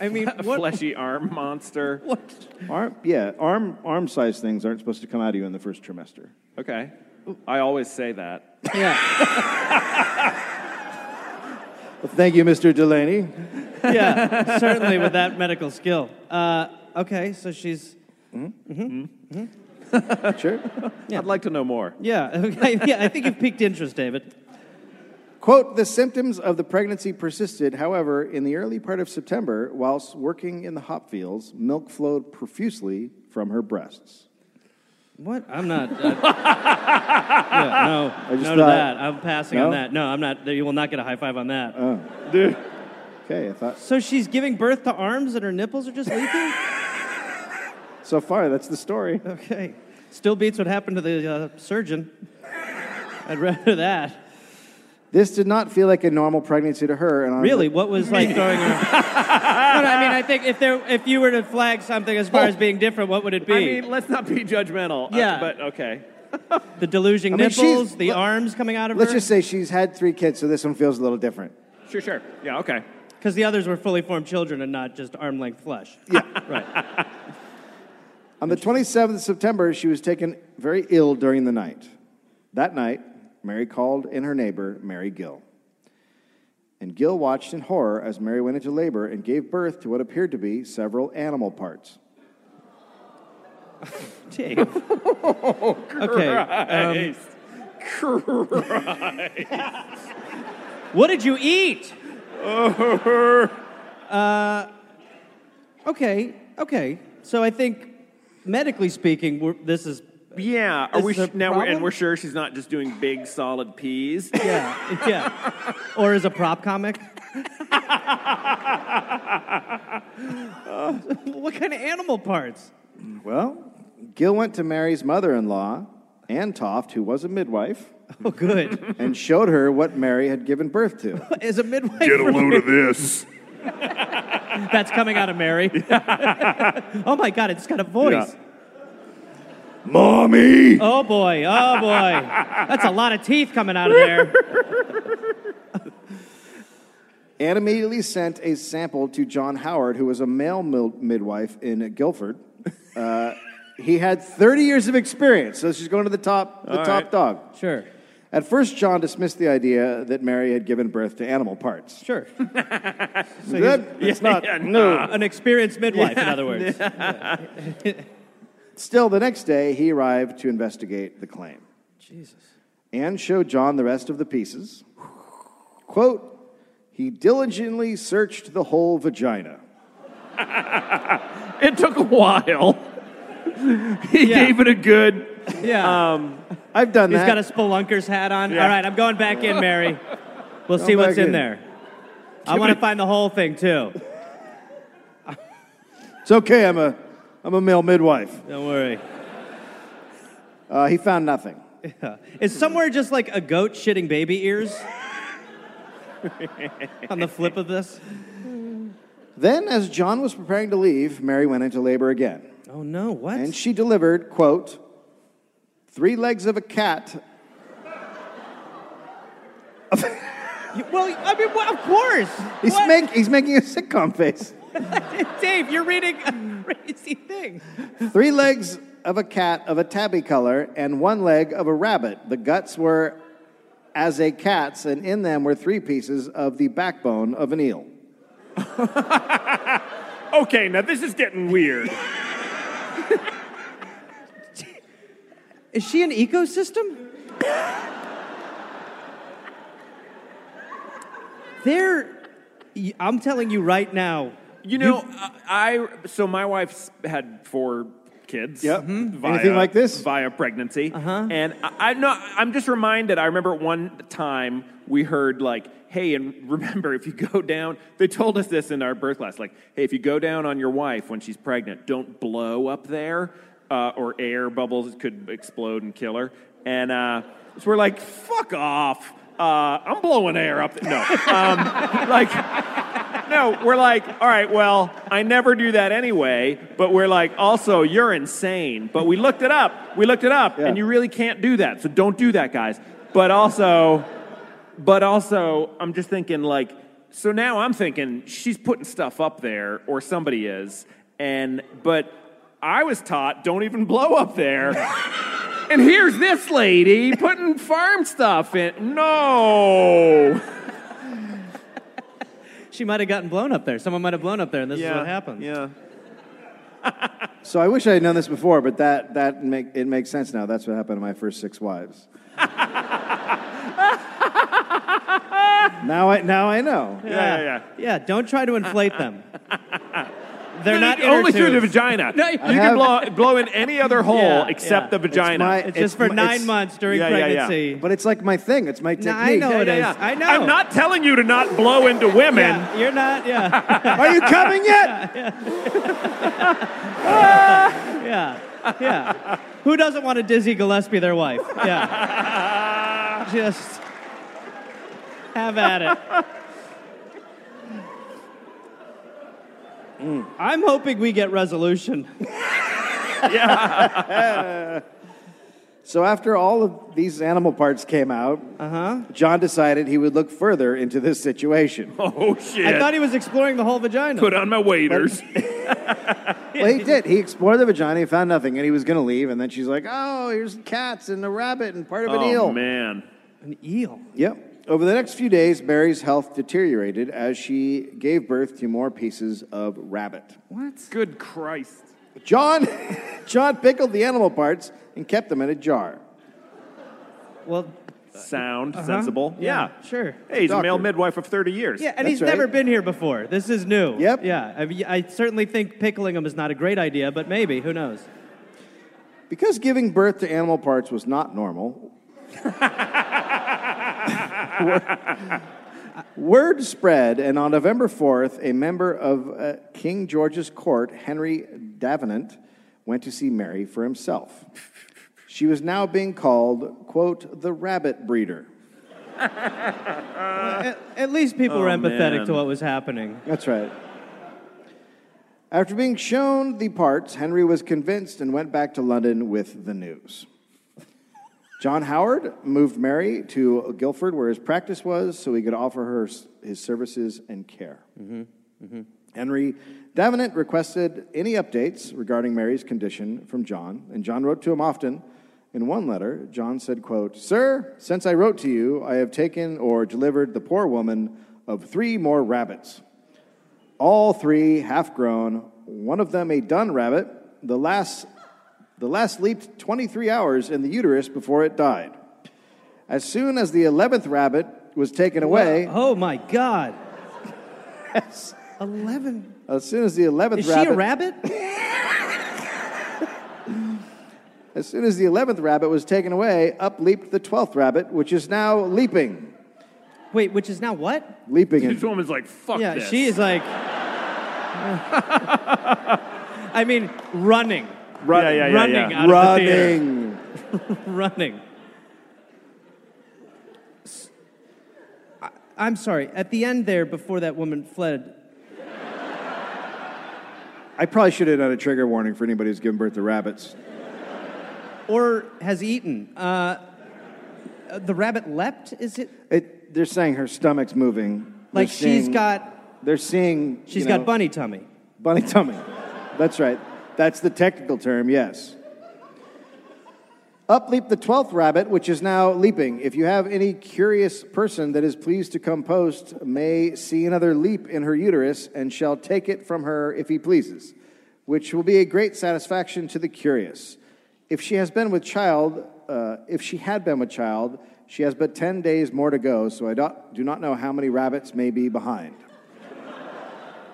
[SPEAKER 2] I mean,
[SPEAKER 3] A
[SPEAKER 2] what?
[SPEAKER 3] fleshy arm monster.
[SPEAKER 2] What?
[SPEAKER 1] Arm, yeah, arm, arm sized things aren't supposed to come out of you in the first trimester.
[SPEAKER 3] Okay. I always say that.
[SPEAKER 2] Yeah.
[SPEAKER 1] Well, thank you, Mr. Delaney.
[SPEAKER 2] Yeah. certainly with that medical skill. Uh, okay. So she's.
[SPEAKER 1] Sure.
[SPEAKER 3] I'd like to know more.
[SPEAKER 2] Yeah. Okay. Yeah. I think you've piqued interest, David.
[SPEAKER 1] Quote, the symptoms of the pregnancy persisted. However, in the early part of September, whilst working in the hop fields, milk flowed profusely from her breasts.
[SPEAKER 2] What? I'm not. Uh, yeah, no.
[SPEAKER 1] just
[SPEAKER 2] no to
[SPEAKER 1] thought-
[SPEAKER 2] that. I'm passing
[SPEAKER 1] No? Uh.
[SPEAKER 2] on that. No, I'm not. You will not get a high five on that.
[SPEAKER 1] Okay, I thought.
[SPEAKER 2] so she's giving birth to arms and her nipples are just leaking?
[SPEAKER 1] So far, that's the story.
[SPEAKER 2] okay. Still beats what happened to the uh, surgeon. I'd rather that.
[SPEAKER 1] This did not feel like a normal pregnancy to her. And on
[SPEAKER 2] Really, what was like throwing her? no, no, I mean, I think if there, if you were to flag something as far
[SPEAKER 1] Oh.
[SPEAKER 2] as being different, what would it be?
[SPEAKER 3] I mean, let's not be judgmental. uh,
[SPEAKER 2] Yeah.
[SPEAKER 3] but okay.
[SPEAKER 2] the deluging
[SPEAKER 1] mean, she's-
[SPEAKER 2] nipples, the
[SPEAKER 1] let-
[SPEAKER 2] arms coming out of
[SPEAKER 1] Let's
[SPEAKER 2] her,
[SPEAKER 1] just say she's had three kids, so this one feels a little different.
[SPEAKER 3] Sure, sure. Yeah, okay.
[SPEAKER 2] because the others were fully formed children and not just arm length flesh.
[SPEAKER 1] On the 27th of September, she was taken very ill during the night. That night, Mary called in her neighbor, Mary Gill. And Gill watched in horror as Mary went into labor and gave birth to what appeared to be several animal parts.
[SPEAKER 2] Dave.
[SPEAKER 1] Oh,
[SPEAKER 2] okay. um,
[SPEAKER 3] Christ.
[SPEAKER 2] what did you eat? Uh, Okay. Okay. So I think, medically speaking, we're, this is.
[SPEAKER 3] yeah, are
[SPEAKER 2] Is
[SPEAKER 3] we
[SPEAKER 2] the
[SPEAKER 3] sh- now? We're,
[SPEAKER 2] problem-
[SPEAKER 3] and we're sure she's not just doing big solid peas.
[SPEAKER 2] Yeah. Yeah. Or is a prop comic? what kind of animal parts?
[SPEAKER 1] Well, Gill went to Mary's mother in law, Ann Toft, who was a midwife,
[SPEAKER 2] Oh, good.
[SPEAKER 1] and showed her what Mary had given birth to.
[SPEAKER 2] Is a midwife. Get a load of this. That's coming out of Mary. oh my God! It's got a voice.
[SPEAKER 5] Mommy!
[SPEAKER 2] Oh boy, oh boy. That's a lot of teeth coming out of there.
[SPEAKER 1] and immediately sent a sample to John Howard, who was a male mil- midwife in Guilford. Uh, he had 30 years of experience, so she's going to the top, the
[SPEAKER 3] All
[SPEAKER 1] top
[SPEAKER 3] right.
[SPEAKER 1] dog.
[SPEAKER 2] Sure,
[SPEAKER 1] At first, John dismissed the idea that Mary had given birth to animal parts.
[SPEAKER 2] sure.
[SPEAKER 1] That- that's not no.
[SPEAKER 2] An experienced midwife, in other words.
[SPEAKER 1] Still, the next day, he arrived to investigate the claim.
[SPEAKER 2] Jesus.
[SPEAKER 1] and show John the rest of the pieces. Quote, he diligently searched the whole vagina.
[SPEAKER 3] It took a while. he
[SPEAKER 2] Yeah.
[SPEAKER 3] gave it a good.
[SPEAKER 2] Yeah.
[SPEAKER 3] Um,
[SPEAKER 1] I've done
[SPEAKER 2] He's
[SPEAKER 1] that.
[SPEAKER 2] got a spelunker's hat on.
[SPEAKER 3] Yeah.
[SPEAKER 2] All right, I'm going back in, Mary. We'll see what's
[SPEAKER 1] back
[SPEAKER 2] in
[SPEAKER 1] in.
[SPEAKER 2] there. I want to find the whole thing, too.
[SPEAKER 1] it's okay, I'm a, I'm a male midwife.
[SPEAKER 2] Don't worry.
[SPEAKER 1] Uh, he found nothing.
[SPEAKER 2] Is somewhere just like a goat shitting baby ears? on the flip of this?
[SPEAKER 1] Then, as John was preparing to leave, Mary went into labor again.
[SPEAKER 2] Oh no, what?
[SPEAKER 1] And she delivered, quote, three legs of a cat.
[SPEAKER 2] You- well, I mean, well, of course.
[SPEAKER 1] He's,
[SPEAKER 2] What?
[SPEAKER 1] make, he's making a sitcom face.
[SPEAKER 2] Dave, you're reading a crazy thing.
[SPEAKER 1] three legs of a cat of a tabby color and one leg of a rabbit. The guts were as a cat's, and in them were three pieces of the backbone of an eel.
[SPEAKER 3] okay, now this is getting weird.
[SPEAKER 2] Is she an ecosystem? there, y- I'm telling you right now.
[SPEAKER 3] You know, I I- so my wife's had four kids.
[SPEAKER 1] Yep. Mhm. Anything like this?
[SPEAKER 3] via pregnancy. Uh-huh. And I, I no, I'm just reminded. I remember one time we heard like, "Hey, and remember if you go down." They told us this in our birth class. Like, "Hey, if you go down on your wife when she's pregnant, don't blow up there, uh, or air bubbles could explode and kill her." And uh, so we're like, "Fuck off." Uh, I'm blowing air up. Th- no, um, like no, we're like, all right, well, I never do that anyway, but we're like, also, you're insane. But we looked it up. We looked it up,
[SPEAKER 1] Yeah.
[SPEAKER 3] and you really can't do that. So don't do that, guys. But also, but also, I'm just thinking, like, so now I'm thinking she's putting stuff up there, or somebody is. And, but I was taught don't even blow up there. and here's this lady putting farm stuff in. No.
[SPEAKER 2] She might have gotten blown up there. Someone might have blown up there, and this is what happened.
[SPEAKER 3] Yeah.
[SPEAKER 1] So I wish I had known this before, but that that make, it makes sense now. That's what happened to my first six wives. now I now I know.
[SPEAKER 3] Yeah, yeah, yeah.
[SPEAKER 2] Yeah, don't try to inflate them. They're not inner
[SPEAKER 3] only through the
[SPEAKER 2] tubes.
[SPEAKER 3] vagina.
[SPEAKER 2] No,
[SPEAKER 3] you
[SPEAKER 2] you-
[SPEAKER 3] can blow, blow in any other hole
[SPEAKER 2] Yeah,
[SPEAKER 3] except
[SPEAKER 2] yeah.
[SPEAKER 3] the
[SPEAKER 2] It's
[SPEAKER 3] vagina.
[SPEAKER 1] my-
[SPEAKER 2] It's
[SPEAKER 1] It's
[SPEAKER 2] just for
[SPEAKER 1] m-
[SPEAKER 2] nine
[SPEAKER 1] it's-
[SPEAKER 2] months during
[SPEAKER 3] Yeah, yeah, yeah.
[SPEAKER 2] pregnancy.
[SPEAKER 1] But it's like my thing. It's my technique.
[SPEAKER 2] I know it is. I know.
[SPEAKER 3] I'm not telling you to not blow into women.
[SPEAKER 2] Yeah, you're not. Yeah,
[SPEAKER 1] Are you coming yet?
[SPEAKER 2] yeah, yeah. Who doesn't want a Dizzy Gillespie their wife? Yeah, just have at it.
[SPEAKER 3] Mm.
[SPEAKER 2] I'm hoping we get resolution.
[SPEAKER 1] So after all of these animal parts came out,
[SPEAKER 2] Uh-huh.
[SPEAKER 1] John decided he would look further into this situation.
[SPEAKER 3] Oh shit!
[SPEAKER 2] I thought he was exploring the whole vagina.
[SPEAKER 3] Put on my waders.
[SPEAKER 1] well, he did. He explored the vagina. He found nothing, and he was going to leave. And then she's like, "Oh, here's cats and a rabbit and part of an eel."
[SPEAKER 3] oh man.
[SPEAKER 2] An eel.
[SPEAKER 1] Yep. Over the next few days, Mary's health deteriorated as she gave birth to more pieces of rabbit.
[SPEAKER 3] Good Christ.
[SPEAKER 1] John, John pickled the animal parts and kept them in a jar.
[SPEAKER 2] Well,
[SPEAKER 3] Sound
[SPEAKER 2] uh-huh.
[SPEAKER 3] sensible. Yeah.
[SPEAKER 2] sure.
[SPEAKER 3] Hey, he's a male
[SPEAKER 1] Doctor.
[SPEAKER 3] midwife of 30 years.
[SPEAKER 2] Yeah, and
[SPEAKER 1] That's
[SPEAKER 2] he's never
[SPEAKER 1] right.
[SPEAKER 2] been here before. This is new.
[SPEAKER 1] Yep.
[SPEAKER 2] Yeah, I, mean, I certainly think pickling him is not a great idea, but maybe who knows?
[SPEAKER 1] Because giving birth to animal parts was not normal, word spread, and on November 4th, a member of uh, King George's court, Henry Davenant, went to see Mary for himself. She was now being called, quote, the rabbit breeder.
[SPEAKER 2] At, at least people were
[SPEAKER 3] Oh,
[SPEAKER 2] empathetic
[SPEAKER 3] man.
[SPEAKER 2] to what was happening.
[SPEAKER 1] That's right. After being shown the parts, Henry was convinced and went back to London with the news. John Howard moved Mary to Guildford, where his practice was, so he could offer her s- his services and care. Henry Davenant requested any updates regarding Mary's condition from John, and John wrote to him often. In one letter, John said, quote, Sir, since I wrote to you, I have taken or delivered the poor woman of three more rabbits all three half grown, one of them a dun rabbit. The last, the last leaped 23 hours in the uterus before it died. As soon as the 11th rabbit was taken away,
[SPEAKER 2] Oh my God!
[SPEAKER 1] as,
[SPEAKER 2] Eleven.
[SPEAKER 1] soon as the 11th
[SPEAKER 2] Is
[SPEAKER 1] rabbit,
[SPEAKER 2] she a rabbit?
[SPEAKER 1] as soon as the 11th rabbit was taken away, up leaped the 12th rabbit, which is now leaping,
[SPEAKER 2] Wait, which is now what?
[SPEAKER 1] leaping.
[SPEAKER 3] This
[SPEAKER 1] And,
[SPEAKER 3] woman's like, fuck
[SPEAKER 2] yeah,
[SPEAKER 3] this.
[SPEAKER 2] she is like. I mean, running,
[SPEAKER 3] running. Yeah, yeah, yeah,
[SPEAKER 2] running
[SPEAKER 3] yeah.
[SPEAKER 2] out of the theater.
[SPEAKER 1] running.
[SPEAKER 2] running. S- I- I'm sorry. At the end there, before that woman fled,
[SPEAKER 1] I probably should have done a trigger warning for anybody who's giving birth to rabbits.
[SPEAKER 2] or has eaten. Uh, uh, the rabbit leapt. Is it?
[SPEAKER 1] It, they're saying her stomach's moving. They're
[SPEAKER 2] Like she's
[SPEAKER 1] seeing-
[SPEAKER 2] got-
[SPEAKER 1] They're seeing.
[SPEAKER 2] She's
[SPEAKER 1] you know,
[SPEAKER 2] got bunny tummy.
[SPEAKER 1] Bunny tummy. That's right. That's the technical term, yes. Up leaped the 12th rabbit, which is now leaping. If you have any curious person that is pleased to come post, may see another leap in her uterus and shall take it from her if he pleases, which will be a great satisfaction to the curious. If she has been with child, uh, if she had been with child, she has but 10 days more to go, so I do do not know how many rabbits may be behind.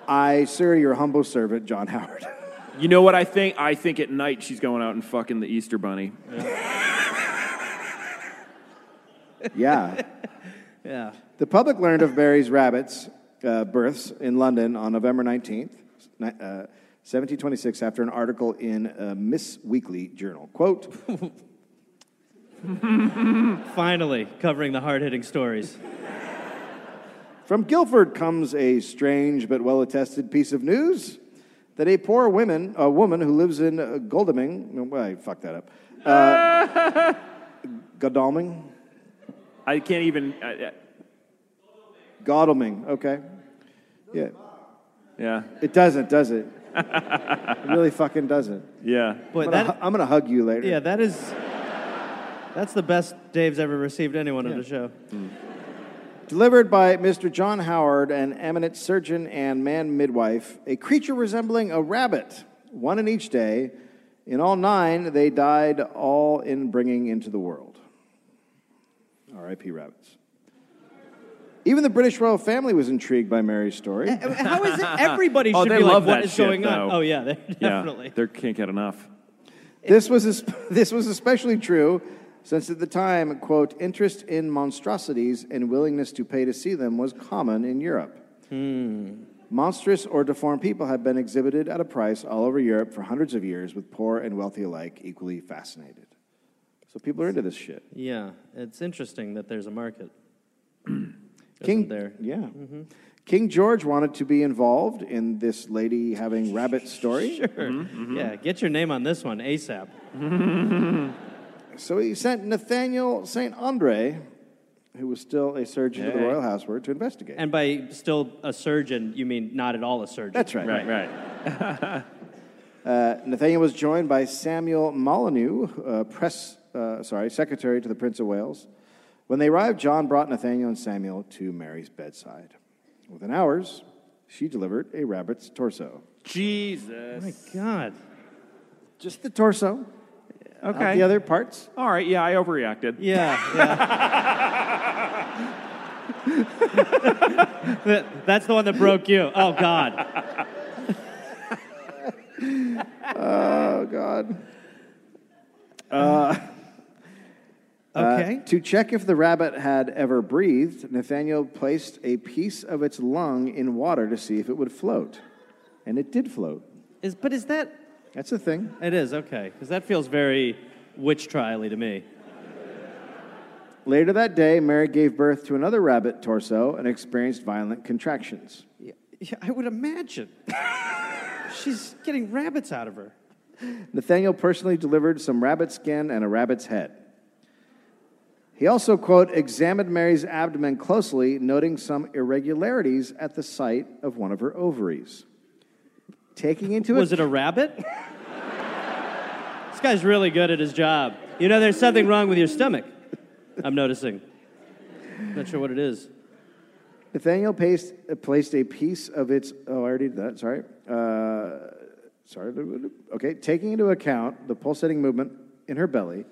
[SPEAKER 1] I, sir, your humble servant, John Howard.
[SPEAKER 3] You know what I think? I think at night she's going out and fucking the Easter Bunny.
[SPEAKER 1] yeah.
[SPEAKER 2] Yeah.
[SPEAKER 1] The public learned of Mary's rabbits' uh, births in London on November 19th, ni- uh, 1726, after an article in uh, Miss Weekly Journal. Quote,
[SPEAKER 2] Finally, covering the hard-hitting stories.
[SPEAKER 1] From Guilford comes a strange but well attested piece of news that a poor woman, a woman who lives in uh, Godalming, no, well, I fucked that up. Uh, Godalming?
[SPEAKER 3] I can't even. I, I-
[SPEAKER 1] Godalming, okay. Yeah.
[SPEAKER 3] yeah,
[SPEAKER 1] It doesn't, does it? it really fucking doesn't.
[SPEAKER 3] yeah.
[SPEAKER 2] Boy,
[SPEAKER 1] I'm gonna,
[SPEAKER 2] that,
[SPEAKER 1] hu- I'm gonna hug you later.
[SPEAKER 2] yeah, that is. That's the best Dave's ever received anyone on the show.
[SPEAKER 1] Delivered by Mr. John Howard, an eminent surgeon and man midwife, a creature resembling a rabbit, one in each day. In all nine, they died all in bringing into the world. R.I.P. rabbits. Even the British royal family was intrigued by Mary's story.
[SPEAKER 2] How is it? Everybody
[SPEAKER 3] Oh,
[SPEAKER 2] should
[SPEAKER 3] they
[SPEAKER 2] be
[SPEAKER 3] love
[SPEAKER 2] like,
[SPEAKER 3] that
[SPEAKER 2] what is
[SPEAKER 3] shit,
[SPEAKER 2] going on?
[SPEAKER 3] though.
[SPEAKER 2] Oh yeah, they-
[SPEAKER 3] Yeah,
[SPEAKER 2] definitely.
[SPEAKER 3] they can't get enough.
[SPEAKER 1] This was, es- this was especially true since at the time, quote, interest in monstrosities and willingness to pay to see them was common in Europe.
[SPEAKER 2] Hmm.
[SPEAKER 1] Monstrous or deformed people have been exhibited at a price all over Europe for hundreds of years, with poor and wealthy alike equally fascinated. So people are into this shit.
[SPEAKER 2] Yeah, it's interesting that there's a market.
[SPEAKER 1] King,
[SPEAKER 2] Isn't there? Mm-hmm.
[SPEAKER 1] yeah. King George wanted to be involved in this lady having rabbit story.
[SPEAKER 2] Sure. Yeah, get your name on this one ASAP.
[SPEAKER 1] So he sent Nathaniel St. Andre, who was still a surgeon of the royal household, to investigate.
[SPEAKER 2] And by still a surgeon, you mean not at all a surgeon.
[SPEAKER 1] That's right.
[SPEAKER 3] Right, right.
[SPEAKER 1] Uh, Nathaniel was joined by Samuel Molyneux, uh, press, uh, sorry, secretary to the Prince of Wales. When they arrived, John brought Nathaniel and Samuel to Mary's bedside. Within hours, she delivered a rabbit's torso.
[SPEAKER 3] Jesus.
[SPEAKER 2] My God.
[SPEAKER 1] Just the torso, not
[SPEAKER 3] Okay.
[SPEAKER 1] the other parts.
[SPEAKER 3] All right. Yeah, I overreacted.
[SPEAKER 2] Yeah, yeah. That- That's the one that broke you. Oh, God.
[SPEAKER 1] Oh, God.
[SPEAKER 2] Okay.
[SPEAKER 1] To check if the rabbit had ever breathed, Nathaniel placed a piece of its lung in water to see if it would float. And it did float.
[SPEAKER 2] Is, but is that.
[SPEAKER 1] That's a thing.
[SPEAKER 2] It is, okay. Because that feels very witch trial to me.
[SPEAKER 1] Later that day, Mary gave birth to another rabbit torso and experienced violent contractions.
[SPEAKER 2] Yeah, I would imagine. She's getting rabbits out of her.
[SPEAKER 1] Nathaniel personally delivered some rabbit skin and a rabbit's head. He also, quote, examined Mary's abdomen closely, noting some irregularities at the site of one of her ovaries. Taking into
[SPEAKER 2] Was it a rabbit? this guy's really good at his job. You know, there's something wrong with your stomach. I'm noticing. Not sure what it is.
[SPEAKER 1] Nathaniel placed, uh, placed a piece of its. Oh, I already did that. Sorry. Uh, sorry. Okay. Taking into account the pulsating movement in her belly,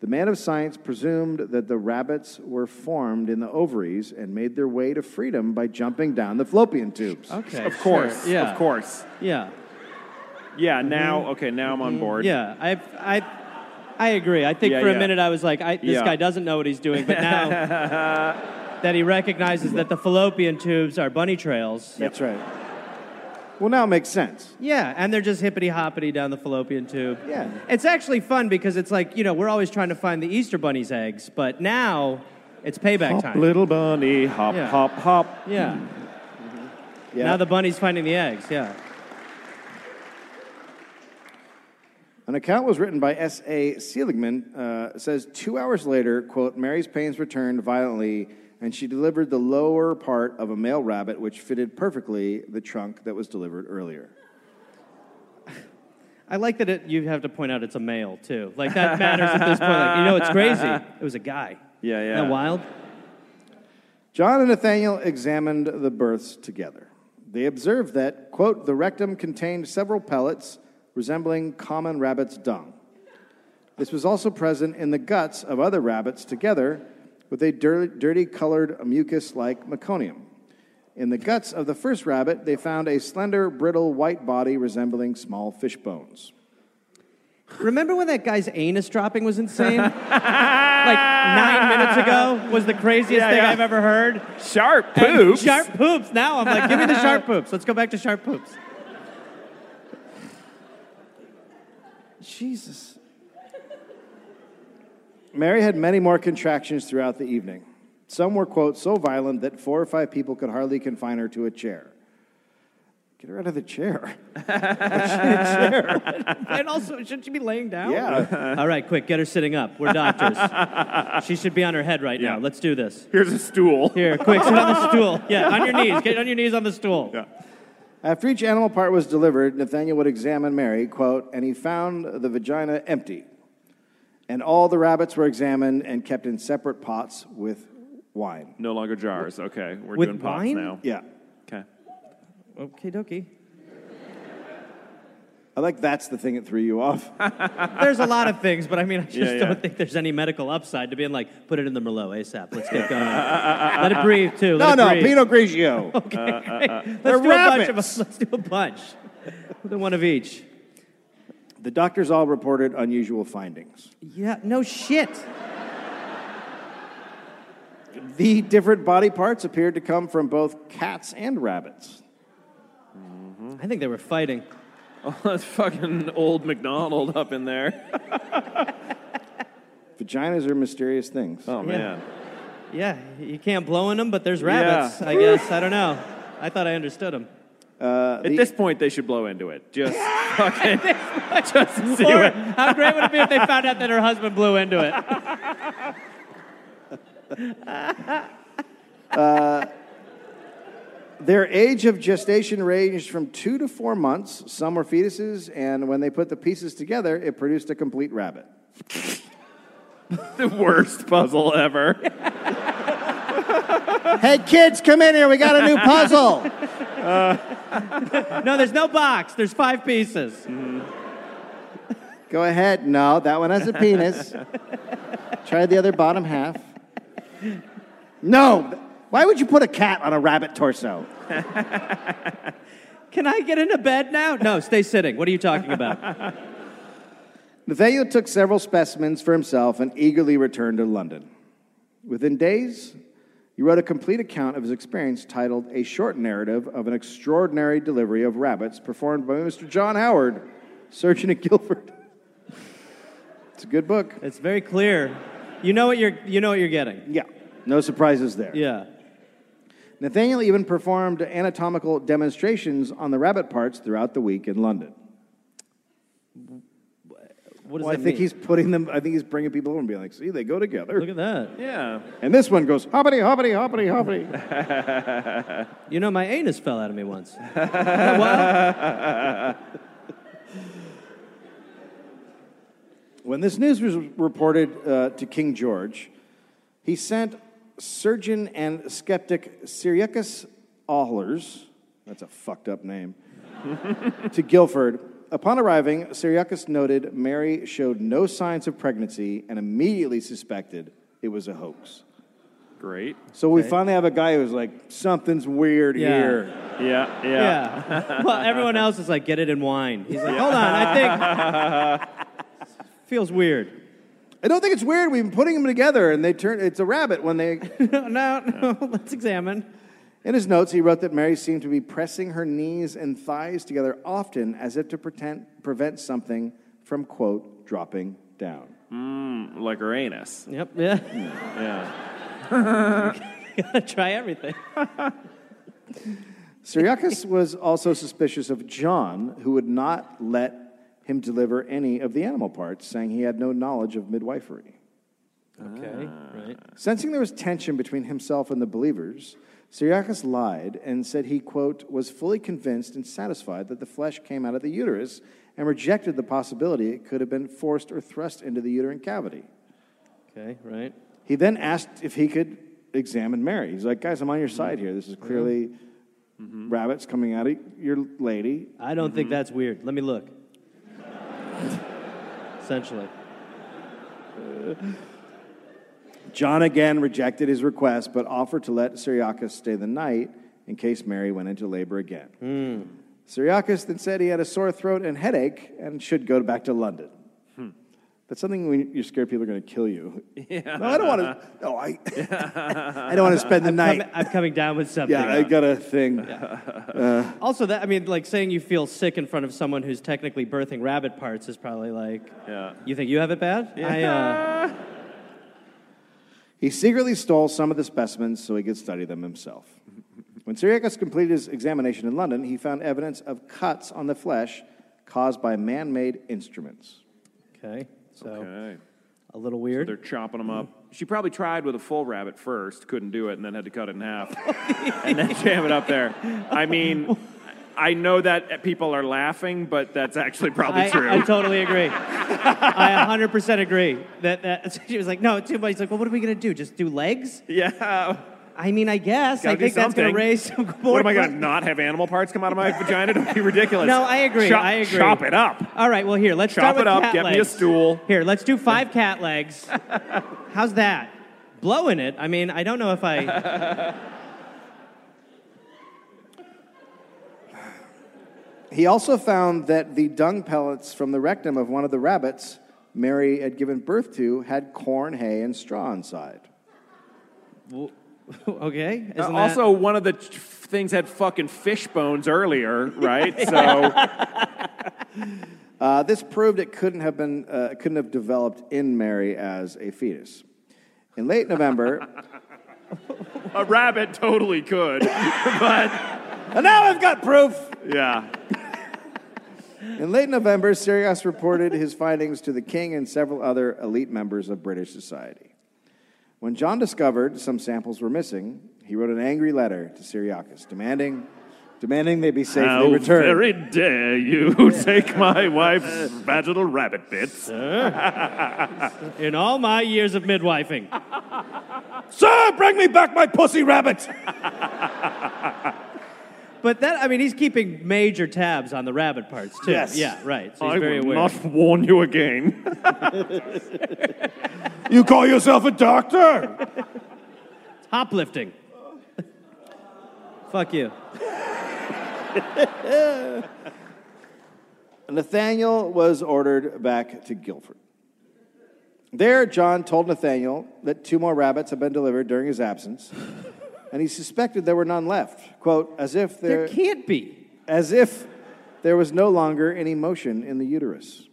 [SPEAKER 1] the man of science presumed that the rabbits were formed in the ovaries and made their way to freedom by jumping down the fallopian tubes.
[SPEAKER 2] Okay.
[SPEAKER 3] Of course.
[SPEAKER 2] sure, Yeah.
[SPEAKER 3] Of course.
[SPEAKER 2] Yeah.
[SPEAKER 3] Yeah. Now, okay. Now I'm on board.
[SPEAKER 2] Mm-hmm. Yeah. I, I, I agree. I think
[SPEAKER 3] Yeah,
[SPEAKER 2] for a
[SPEAKER 3] yeah.
[SPEAKER 2] minute I was like, I, this
[SPEAKER 3] Yeah.
[SPEAKER 2] guy doesn't know what he's doing, but now that he recognizes that the fallopian tubes are bunny trails.
[SPEAKER 1] That's right. Well, now it makes sense.
[SPEAKER 2] Yeah, and they're just hippity hoppity down the fallopian tube.
[SPEAKER 1] Yeah.
[SPEAKER 2] It's actually fun because it's like, you know, we're always trying to find the Easter bunny's eggs, but now it's payback
[SPEAKER 3] Hop,
[SPEAKER 2] time.
[SPEAKER 3] little bunny, hop,
[SPEAKER 2] Yeah.
[SPEAKER 3] hop, hop.
[SPEAKER 2] Yeah.
[SPEAKER 1] Yeah.
[SPEAKER 2] Now the bunny's finding the eggs. Yeah.
[SPEAKER 1] An account was written by S.A. Seligman, uh, says two hours later, quote, Mary's pains returned violently, and she delivered the lower part of a male rabbit, which fitted perfectly the trunk that was delivered earlier.
[SPEAKER 2] I like that it, you have to point out it's a male too. Like that matters at this point. Like, you know, it's crazy. It was a guy.
[SPEAKER 3] Yeah,
[SPEAKER 2] Isn't
[SPEAKER 3] yeah.
[SPEAKER 2] that wild?
[SPEAKER 1] John and Nathaniel examined the births together. They observed that, quote, the rectum contained several pellets resembling common rabbit's dung. This was also present in the guts of other rabbits together with a dir- dirty colored mucus like meconium. In the guts of the first rabbit, they found a slender, brittle white body resembling small fish bones.
[SPEAKER 2] Remember when that guy's anus dropping was insane? like nine minutes ago was the craziest
[SPEAKER 3] Yeah,
[SPEAKER 2] thing
[SPEAKER 3] yeah.
[SPEAKER 2] I've ever heard.
[SPEAKER 3] Sharp
[SPEAKER 2] And
[SPEAKER 3] poops.
[SPEAKER 2] Sharp poops. Now I'm like, give me the sharp poops. Let's go back to sharp poops.
[SPEAKER 1] Mary had many more contractions throughout the evening. Some were, quote, so violent that four or five people could hardly confine her to a chair. Get her out of the chair.
[SPEAKER 2] And also, should she be laying down?
[SPEAKER 1] Yeah.
[SPEAKER 2] All right, quick, get her sitting up. We're doctors. she should be on her head right now.
[SPEAKER 3] Yeah.
[SPEAKER 2] Let's do this.
[SPEAKER 3] Here's a stool.
[SPEAKER 2] Here, quick, sit on the stool. Yeah, on your knees. Get on your knees on the stool.
[SPEAKER 3] Yeah.
[SPEAKER 1] After each animal part was delivered, Nathaniel would examine Mary, quote, and he found the vagina empty. And all the rabbits were examined and kept in separate pots with wine.
[SPEAKER 3] No longer jars. Okay, we're
[SPEAKER 2] With
[SPEAKER 3] doing pots
[SPEAKER 2] wine?
[SPEAKER 3] now.
[SPEAKER 1] Yeah.
[SPEAKER 3] Okay.
[SPEAKER 2] Okay, dokie.
[SPEAKER 1] I like that's the thing that threw you off.
[SPEAKER 2] There's a lot of things, but I mean, I just
[SPEAKER 3] Yeah, yeah.
[SPEAKER 2] don't think there's any medical upside to being like, put it in the Merlot ASAP. Let's get going. Let it breathe, too.
[SPEAKER 1] no,
[SPEAKER 2] Let
[SPEAKER 1] no,
[SPEAKER 2] it breathe.
[SPEAKER 1] Pinot Grigio.
[SPEAKER 2] Okay, great. Let's
[SPEAKER 1] they're
[SPEAKER 2] do a bunch of
[SPEAKER 1] rabbits.
[SPEAKER 2] us. Let's do a bunch. We'll do one of each.
[SPEAKER 1] the doctors all reported unusual findings.
[SPEAKER 2] Yeah, no shit.
[SPEAKER 1] The different body parts appeared to come from both cats and rabbits.
[SPEAKER 2] I think they were fighting.
[SPEAKER 3] Oh, that's fucking old McDonald up in there.
[SPEAKER 1] Vaginas are mysterious things.
[SPEAKER 3] Oh man.
[SPEAKER 2] Yeah, you can't blow in them, but there's
[SPEAKER 3] Yeah.
[SPEAKER 2] rabbits, I guess. I don't know. I thought I understood them. Uh,
[SPEAKER 3] At this point, they should blow into it. Just fucking. just to see
[SPEAKER 2] Or
[SPEAKER 3] what.
[SPEAKER 2] how great would it be if they found out that her husband blew into it?
[SPEAKER 1] Their age of gestation ranged from two to four months. Some were fetuses, and when they put the pieces together, it produced a complete rabbit.
[SPEAKER 3] The worst puzzle ever.
[SPEAKER 1] hey, kids, come in here. We got a new puzzle.
[SPEAKER 2] No, there's no box. There's five pieces.
[SPEAKER 1] Go ahead. No, that one has a penis. Try the other bottom half. No. Why would you put a cat on a rabbit torso?
[SPEAKER 2] Can I get into bed now? No, stay sitting. What are you talking about?
[SPEAKER 1] Nathaniel took several specimens for himself and eagerly returned to London. Within days, he wrote a complete account of his experience titled A Short Narrative of an Extraordinary Delivery of Rabbits performed by Mr. John Howard, surgeon at Guildford. It's a good book.
[SPEAKER 2] It's very clear. You know what you're. You know what you're getting.
[SPEAKER 1] Yeah, no surprises there.
[SPEAKER 2] Yeah.
[SPEAKER 1] Nathaniel even performed anatomical demonstrations on the rabbit parts throughout the week in London.
[SPEAKER 2] What does
[SPEAKER 1] Well, I
[SPEAKER 2] that
[SPEAKER 1] think
[SPEAKER 2] mean?
[SPEAKER 1] he's putting them, I think he's bringing people over and being like, see, they go together.
[SPEAKER 2] Look at that.
[SPEAKER 3] Yeah.
[SPEAKER 1] And this one goes, hoppity, hoppity, hoppity, hoppity.
[SPEAKER 2] You know, my anus fell out of me once. Isn't that wild?
[SPEAKER 1] When this news was reported uh, to King George, he sent surgeon and skeptic Syriacus Ahlers, that's a fucked up name, to Guilford. Upon arriving, Syriacus noted Mary showed no signs of pregnancy and immediately suspected it was a hoax.
[SPEAKER 3] Great.
[SPEAKER 1] So we finally have a guy who's like, something's weird
[SPEAKER 2] Yeah.
[SPEAKER 1] here.
[SPEAKER 3] Yeah. Yeah.
[SPEAKER 2] yeah. Well, everyone else is like, get it in wine. He's like, hold on, I think. Feels weird.
[SPEAKER 1] I don't think it's weird. We've been putting them together, and they turn. It's a rabbit when they
[SPEAKER 2] no, no, let's examine.
[SPEAKER 1] In his notes, he wrote that Mary seemed to be pressing her knees and thighs together often as if to pretend, prevent something from, quote, dropping down.
[SPEAKER 3] Like her anus.
[SPEAKER 2] Yep, yeah.
[SPEAKER 3] Yeah.
[SPEAKER 2] Gotta try everything.
[SPEAKER 1] Syriacus was also suspicious of John, who would not let him deliver any of the animal parts, saying he had no knowledge of midwifery.
[SPEAKER 2] Okay, right.
[SPEAKER 1] Sensing there was tension between himself and the believers, Syriacus lied and said he, quote, was fully convinced and satisfied that the flesh came out of the uterus and rejected the possibility it could have been forced or thrust into the uterine cavity.
[SPEAKER 2] Okay, right.
[SPEAKER 1] He then asked if he could examine Mary. He's like, guys, I'm on your side here. This is clearly rabbits coming out of your lady.
[SPEAKER 2] I don't think that's weird. Let me look. Essentially.
[SPEAKER 1] John again rejected his request, but offered to let Syriacus stay the night in case Mary went into labor again. Syriacus then said he had a sore throat and headache and should go back to London. Hmm. That's something when you're scared people are going to kill you. No, I don't want to. No, I. I don't want to spend the
[SPEAKER 2] I'm,
[SPEAKER 1] night.
[SPEAKER 2] I'm coming down with something.
[SPEAKER 1] Yeah, I got a thing.
[SPEAKER 2] Also, that I mean, like saying you feel sick in front of someone who's technically birthing rabbit parts is probably like,
[SPEAKER 3] Yeah.
[SPEAKER 2] you think you have it bad? I, uh,
[SPEAKER 1] He secretly stole some of the specimens so he could study them himself. When Syriacus completed his examination in London, he found evidence of cuts on the flesh caused by man made instruments.
[SPEAKER 2] Okay. So
[SPEAKER 3] Okay.
[SPEAKER 2] a little
[SPEAKER 3] They're
[SPEAKER 2] weird.
[SPEAKER 3] chopping them up. She probably tried with a full rabbit first, couldn't do it, and then had to cut it in half and then jam it up there. I mean, I know that people are laughing, but that's actually probably true.
[SPEAKER 2] I, I totally agree. I 100% agree. That, that she was like, no, too much. He's like, well, what are we going to do? Just do legs?
[SPEAKER 3] yeah.
[SPEAKER 2] I mean, I guess.
[SPEAKER 3] Gotta
[SPEAKER 2] I
[SPEAKER 3] do
[SPEAKER 2] think that's going
[SPEAKER 3] something.
[SPEAKER 2] to raise some more.
[SPEAKER 3] What am I going to
[SPEAKER 2] questions.
[SPEAKER 3] not have animal parts come out of my vagina? Don't be ridiculous.
[SPEAKER 2] No, I agree.
[SPEAKER 3] Chop,
[SPEAKER 2] I agree.
[SPEAKER 3] Chop it up.
[SPEAKER 2] All right, well, here, let's
[SPEAKER 3] Chop
[SPEAKER 2] start with
[SPEAKER 3] it up,
[SPEAKER 2] cat
[SPEAKER 3] get me a
[SPEAKER 2] legs.
[SPEAKER 3] stool.
[SPEAKER 2] Here, let's do five cat legs. How's that? Blowing it. I mean, I don't know if I.
[SPEAKER 1] He also found that the dung pellets from the rectum of one of the rabbits Mary had given birth to had corn, hay, and straw inside.
[SPEAKER 2] okay. Isn't that-
[SPEAKER 3] Uh, also, one of the ch- things had fucking fish bones earlier, right? so,
[SPEAKER 1] Uh, this proved it couldn't have been uh, couldn't have developed in Mary as a fetus. In late November,
[SPEAKER 3] a rabbit totally could. but,
[SPEAKER 1] and now I've got proof.
[SPEAKER 3] yeah.
[SPEAKER 1] In late November, Sirius reported his findings to the king and several other elite members of British society. When John discovered some samples were missing, he wrote an angry letter to Syriacus demanding, demanding they be safely
[SPEAKER 3] How
[SPEAKER 1] returned.
[SPEAKER 3] very dare you take my wife's vaginal rabbit bits?
[SPEAKER 2] in all my years of midwifing.
[SPEAKER 3] Sir, bring me back my pussy rabbit!
[SPEAKER 2] But that, I mean, he's keeping major tabs on the rabbit parts, too.
[SPEAKER 1] Yes.
[SPEAKER 2] Yeah, right. So he's
[SPEAKER 3] I
[SPEAKER 2] very
[SPEAKER 3] will
[SPEAKER 2] aware.
[SPEAKER 3] not warn you again.
[SPEAKER 6] You call yourself a doctor?
[SPEAKER 2] Hoplifting. Fuck you.
[SPEAKER 1] Nathaniel was ordered back to Guildford. There, John told Nathaniel that two more rabbits had been delivered during his absence, and he suspected there were none left. Quote, as if
[SPEAKER 2] There
[SPEAKER 1] there,
[SPEAKER 2] can't be.
[SPEAKER 1] as if there was no longer any motion in the uterus.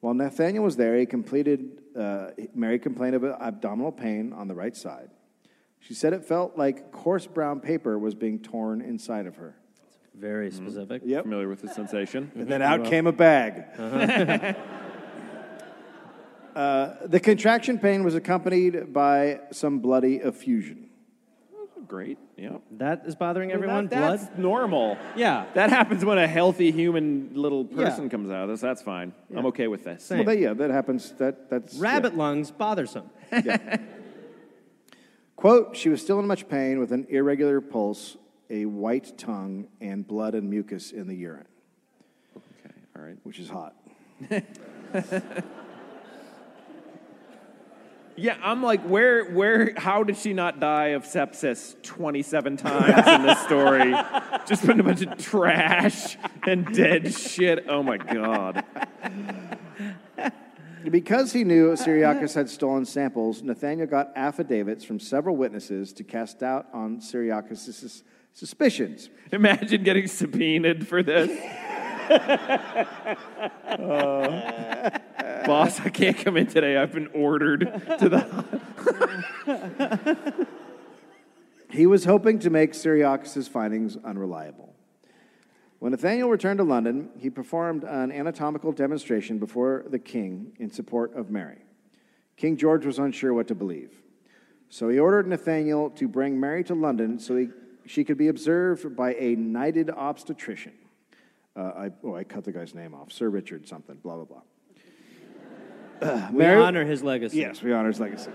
[SPEAKER 1] While Nathaniel was there, he completed, uh, Mary complained of abdominal pain on the right side. She said it felt like coarse brown paper was being torn inside of her.
[SPEAKER 2] Very specific.
[SPEAKER 1] Yep.
[SPEAKER 3] Familiar with the sensation?
[SPEAKER 1] And then out came a bag. Uh, the contraction pain was accompanied by some bloody effusion.
[SPEAKER 3] Great. Yeah.
[SPEAKER 2] That is bothering everyone.
[SPEAKER 3] that's
[SPEAKER 2] Blood?
[SPEAKER 3] normal.
[SPEAKER 2] Yeah.
[SPEAKER 3] That happens when a healthy human little
[SPEAKER 2] Yeah.
[SPEAKER 3] person comes out of this. That's fine. I'm okay with this.
[SPEAKER 2] Same.
[SPEAKER 1] Well, that, yeah, that happens. That that's yeah.
[SPEAKER 2] Rabbit lungs, bothersome.
[SPEAKER 1] Quote: She was still in much pain with an irregular pulse, a white tongue, and blood and mucus in the urine,
[SPEAKER 3] Okay. All right.
[SPEAKER 1] which is hot.
[SPEAKER 3] Yeah, I'm like, where, where, how did she not die of sepsis 27 times in this story? Just been a bunch of trash and dead shit. Oh my god.
[SPEAKER 1] Because he knew Syriacus had stolen samples, Nathaniel got affidavits from several witnesses to cast doubt on Syriacus' suspicions.
[SPEAKER 3] Imagine getting subpoenaed for this. Uh, boss, I can't come in today. I've been ordered to the.
[SPEAKER 1] He was hoping to make Syriacus' findings unreliable. When Nathaniel returned to London, he performed an anatomical demonstration before the king in support of Mary. King George was unsure what to believe, so he ordered Nathaniel to bring Mary to London so he, she could be observed by a knighted obstetrician. Uh, I, oh, I cut the guy's name off, Sir Richard something, blah blah blah. Uh,
[SPEAKER 2] We
[SPEAKER 1] Mary-
[SPEAKER 2] honor his legacy.
[SPEAKER 1] Yes, we honor his legacy.